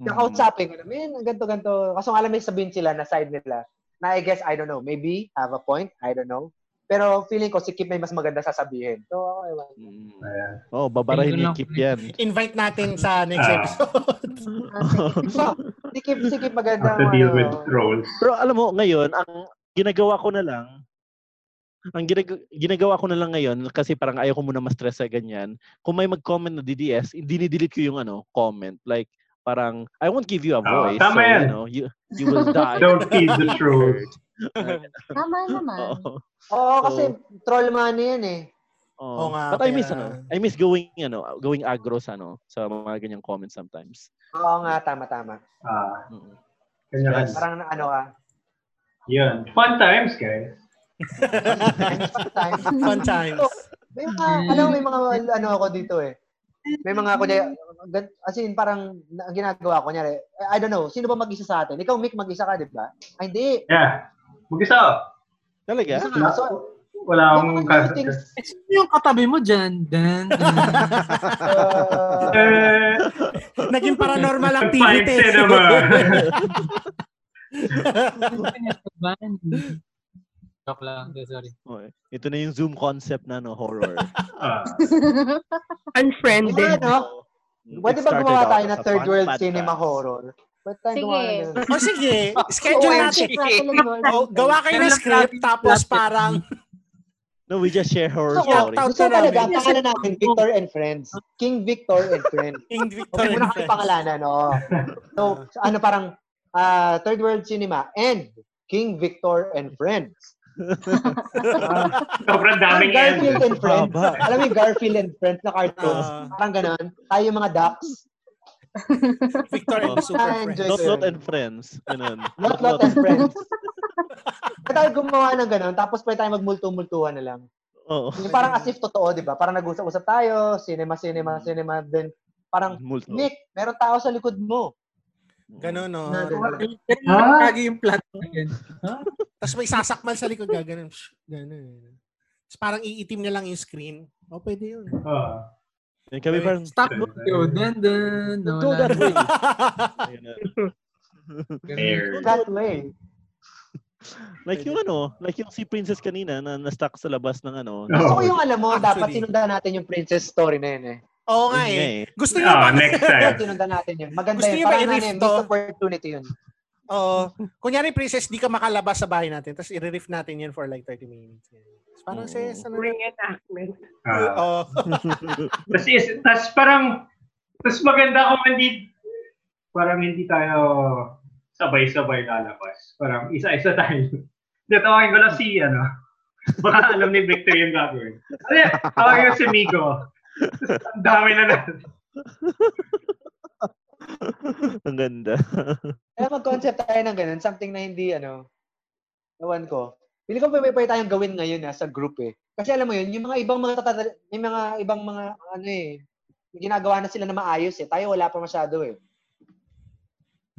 kakausapin ko na, man, ganito, ganito. Kaso nga alam may sabihin sila na side nila, na I guess, I don't know, maybe, have a point, I don't know. Pero feeling ko si Kip may mas maganda sasabihin. So, ako, ewan.
Mm-mm.
Ayan.
Oh, babarahin
Ayun
ni
lang.
Kip yan.
Invite natin sa next
Ah.
episode.
Ah, So, si Kip, si Kip maganda.
Have to
ang
deal
ano.
with trolls.
Pero alam mo, ngayon, ang ginagawa ko na lang, ang ginag- ginagawa ko na lang ngayon, kasi parang ayaw ko muna ma-stress sa ganyan, kung may mag-comment na DDS, hindi delete eh, ko yung ano, comment. Like, parang, I won't give you a
Oo,
voice.
Ah, tama
so,
yan.
you know, you, you will die.
Don't feed the
Be
trolls.
heard. Alright.
Tama naman.
Oo.
Oo, kasi
So-
troll money yan eh.
Oo.
Oo nga,
But I miss
kaya-
ano, I miss going ano, going aggro sa ano, sa mga ganyang comments sometimes.
Oo nga, tama, tama.
Ah,
Mm-mm.
kanya-kanya.
Parang na ano ka.
Yun. Fun times, guys.
Sometimes.
Fun times.
May mga, alam mo, may mga, ano ako dito eh. May mga, kunya, gan- as in, parang, na- ang ginagawa ko, kunyari, I don't know, sino ba mag-isa sa atin? Ikaw, Mick, mag-isa ka, di ba? Ay, hindi.
Yeah. Mag-isa.
Talaga?
Isa
Wala,
ka. So,
wala akong
Yung mga
kas-
things,
Eh, sino yung katabi mo dyan? Dan, dan.
uh,
Eh,
Naging paranormal
Fine
activity.
cinema.
Ban. Joke lang. Hindi, Sorry.
Oo, eh. Ito na yung Zoom concept na no horror.
Ah,
yeah,
Unfriended.
ano,
no?
Mm,
Pwede
it
ba
started
gumawa
out
tayo
as
ng
a
third
fun
world
podcast.
cinema horror? Pwede tayong
Sige.
gumawa ng ganun.
o Oh, sige, schedule natin.
OMG, Rattle and Roll.
Oh,
O, gawa kayo ng script, tapos parang,
No, we just share horror
Gusto ko,
stories.
Shout out
gusto ko
to
talaga, ang
namin.
pangalan natin, Victor and Friends. King Victor and Friends.
King
Okay,
Victor and
muna kami
Friends.
pangalanan, oo. So, ano parang, ah, third world cinema and King Victor and Friends.
sobrang daming
Ang
end.
Garfield and Friends.
Haba.
Alam mo yung Garfield and Friends na cartoons?
Ah.
parang ganun. Tayo yung mga ducks.
Victor and the Super Friends.
Enjoy.
Not Lot and Friends. Ganun.
Not Lot and Friends. Kaya tayo gumawa ng ganun, tapos pwede tayo magmulto-multuhan na lang.
Oo.
Yung parang as if totoo, di ba? Parang nag-usap-usap tayo, cinema, cinema, cinema, then parang,
Multo.
Nick, meron tao sa likod mo.
Ganun, oh. no?
Na, ganun. Ah.
Ganun lagi yung plot na yun.
Tapos may sasakmal sa likod, gaganon. Shh, Ganun. eh. Tapos parang iitim na lang yung screen. O, pwede yun.
Ah,
Yan kami parang,
Stop mo yun. Dan, dan.
don't go that way. Ganun.
fair.
That way.
like yung ano, like yung si Princess kanina na na-stuck sa labas ng ano. ng
Gusto ko
Oo.
yung alam mo, dapat
Actually.
sinundan natin yung princess story na yun eh.
Yun
Oo
nga
nga eh.
eh.
Gusto niyo
Ah,
ba?
next
Dapat
time.
sinundan natin yun. Maganda
Gusto
yun.
niyo ba
Parang ano
i-riff
yun,
to?
missed opportunity yun.
Oo. Kunyari, princess, di ka makalabas sa bahay natin. Tapos i-riff natin yun for like 30 minutes. Tapos
Mm.
parang
Oo.
sis, ano na?
Reenactment.
Ah,
Oo.
tas, is, tas parang, tas maganda kung hindi, parang hindi tayo sabay-sabay lalabas. Parang isa-isa tayo. Natawagin ko lang si, ano, baka alam ni Victor yung gagawin. Kasi, tawagin ko si Miko. Ang dami na natin.
Ang ganda.
Kaya mag-concept tayo ng ganun, something na hindi, ano, ewan ko. Pili ko may pwede tayong gawin ngayon na sa group eh. Kasi alam mo yun, yung mga ibang mga tatata- yung mga ibang mga ano eh, yung ginagawa na sila na maayos eh. Tayo wala pa masyado eh.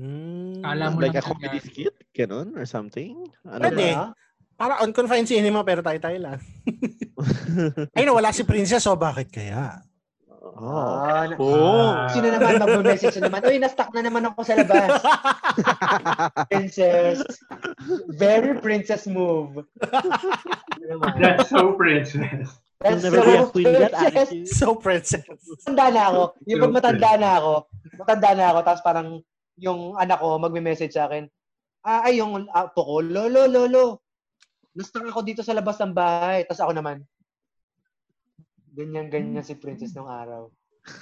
Hmm.
Kala mo
like
lang
a comedy
yan.
skit? Ganun? Or something? Ano
Pwede.
ba?
Para on confined cinema pero tayo-tayo lang. Ayun, wala si Princess, so bakit kaya?
oh.
Ah, Ano na-
Oo.
Ah,
sino naman magme-message na naman? Uy, na-stuck na naman ako sa labas. princess. Very princess move. Ano naman?
That's so princess.
That's
You'll never be a queen yet,
princess.
attitude.
so princess.
matanda na ako. Yung pag
Joke
matanda na ako, matanda na ako, tapos parang yung anak ko magme-message sa akin, ah, ay, yung apo ko, lolo, lolo, nastang ako dito sa labas ng bahay. Tapos ako naman, ganyan-ganyan si Princess nung araw.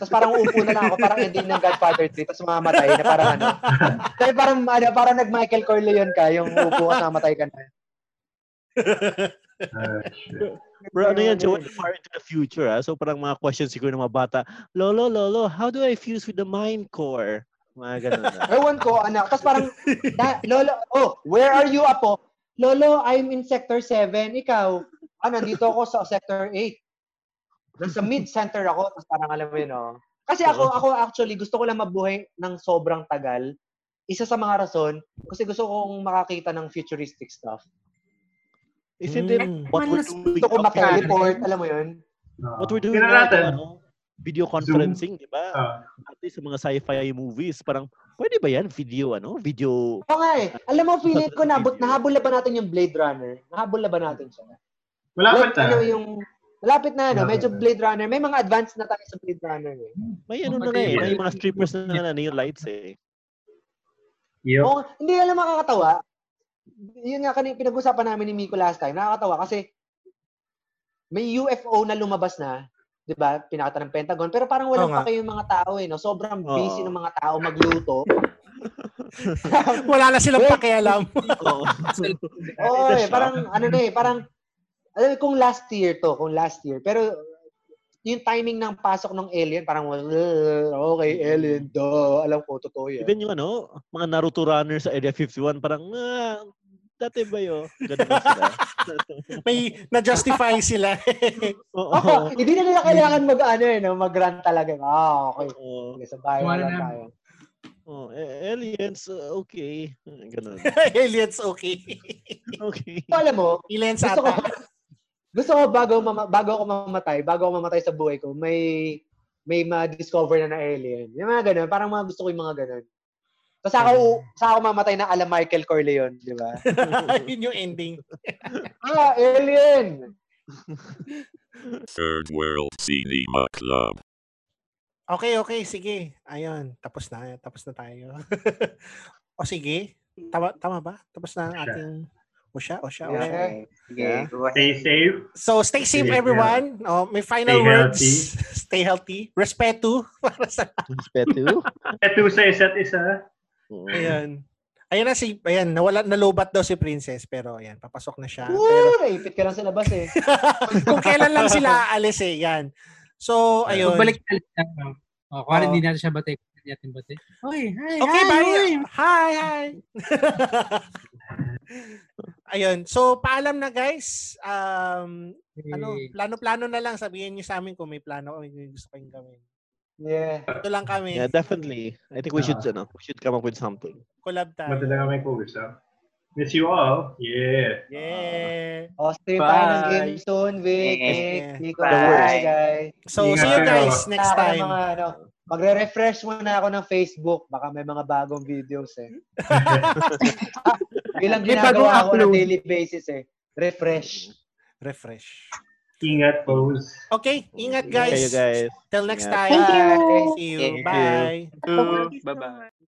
Tapos parang uupo na lang ako, parang ending ng Godfather 3, tapos mamamatay na parang ano. Dahil parang, ano, parang nag-Michael Corleone ka, yung uupo ka, mamatay ka na.
Ah, shit.
Bro, ano yan, Joel? Far into the future, ah. So, parang mga questions siguro ng mga bata. Lolo, lolo, how do I fuse with the mind core? Mga ganun ah. na.
Ewan ko, anak. ano? Tapos parang, da, lolo, oh, where are you, apo? Lolo, I'm in Sector 7. Ikaw? Ah, nandito ako sa Sector 8. Nasa mid-center ako. Tapos parang alam mo yun, oh. Kasi ako, ako actually, gusto ko lang mabuhay ng sobrang tagal. Isa sa mga rason, kasi gusto kong makakita ng futuristic stuff.
Isn't it
Hmm.
what we're
Manas-
doing?
Gusto ko
now, video-
maka-teleport, alam mo yun?
Ah.
What we're doing
Tingnan
now,
natin.
ano, video conferencing, di ba?
Ah,
At least sa mga sci-fi movies, parang, pwede ba yan? Video, ano? Video,
Oo nga eh. Alam mo, feeling ko, nabot, nahabol na ba natin yung Blade Runner? Nahabol na ba natin siya?
malapit
Like,
na.
ano yung, malapit na, ano,
Malapit
medyo
na.
Blade Runner. May mga advanced na tayo sa Blade Runner eh.
may ano na nga eh, may mga strippers na nga na yung lights eh.
Yup.
Oo, hindi alam makakatawa. Yun nga kanina pinag-usapan namin ni Miko last time. Nakakatawa kasi may UFO na lumabas na, 'di ba? Pinakita ng Pentagon, pero parang walang
Oo nga.
pa kayong mga tao eh, no? Sobrang
Oo.
busy ng mga tao magluto.
Wala na silang
Wait.
pakialam.
Oo.
Oo,
Ito
eh,
siya.
parang ano na eh, parang alam mo, kung last year to, kung last year. Pero yung timing ng pasok ng alien, parang "Ugh, okay, eh." alien, duh. Alam ko, totoo yan.
Even yung ano, mga Naruto runner sa Area 51, parang, ah, dati ba yun? Ganun lang sila.
May na-justify sila.
Oo.
Ako, hindi na nila kailangan mag ano eh, no? mag-run talaga. Ah, okay.
Oo.
Sige, sa bahay
Wala
na lang
na.
tayo.
Oh, aliens, uh, okay. Ganun.
Aliens, okay.
Okay.
So, alam mo,
Aliens
gusto ko,
ata.
gusto ko bago, mama- bago ako mamatay, bago ako mamatay sa buhay ko, may may ma-discover na na alien. Yung mga ganun, parang mga gusto ko yung mga ganun. Tapos ako,
Mm.
sa ako mamatay na ala Michael Corleone, di ba?
Yun yung ending.
ah, alien!
Third World Cinema Club.
Okay, okay, sige. Ayun, tapos na, tapos na tayo. o sige, tama, tama ba? Tapos na ang
Siya.
ating o siya, o siya, o siya.
Yeah.
Sige, go
Stay
ahead.
safe.
So, stay safe
Stay
everyone. Oh, may final
Stay
words.
healthy.
Stay healthy. Respeto para sa
Respeto.
Tattoo sa isa't isa.
Oo.
Ayan. Ayan na si ayan, nawala nalobat daw si Princess pero ayan, papasok na siya. Pero
Woo! Naipit ka lang sa labas eh.
kung kailan lang sila aalis eh, yan. So, ayun.
Pagbalik na lang. no? O, kung hindi natin siya batay, hindi natin batay. Oy, hi,
Okay,
hi,
bye.
oy.
Hi, hi. Ayun. So, paalam na guys. Um, ano,
Eh,
plano-plano na lang. Sabihin niyo sa amin kung may plano o may gusto kayong gawin.
Yeah.
Ito lang kami.
Yeah, definitely. I think we should,
Ah.
ano, we should come up with something.
Collab
Ba't
tayo.
talaga may kukusap? Miss you all. Yeah.
Yeah.
O, stream tayo ng
Bye.
game soon, Vic.
Yeah.
Nick,
Yeah.
Nico,
Bye.
bye, guys.
So,
Ingat
see you
kayo.
guys next
Ako ng
time.
Mga, ano, magre-refresh muna ako ng Facebook. Baka may mga bagong videos eh. Bilang
May bagong
ginagawa ako on a
upload.
daily basis eh. Refresh.
Refresh.
Ingat, pose.
Okay, ingat
Kayo
guys.
guys.
Till next
Ingat.
time.
Thank you.
See
Thank you.
you. Bye.
Bye-bye.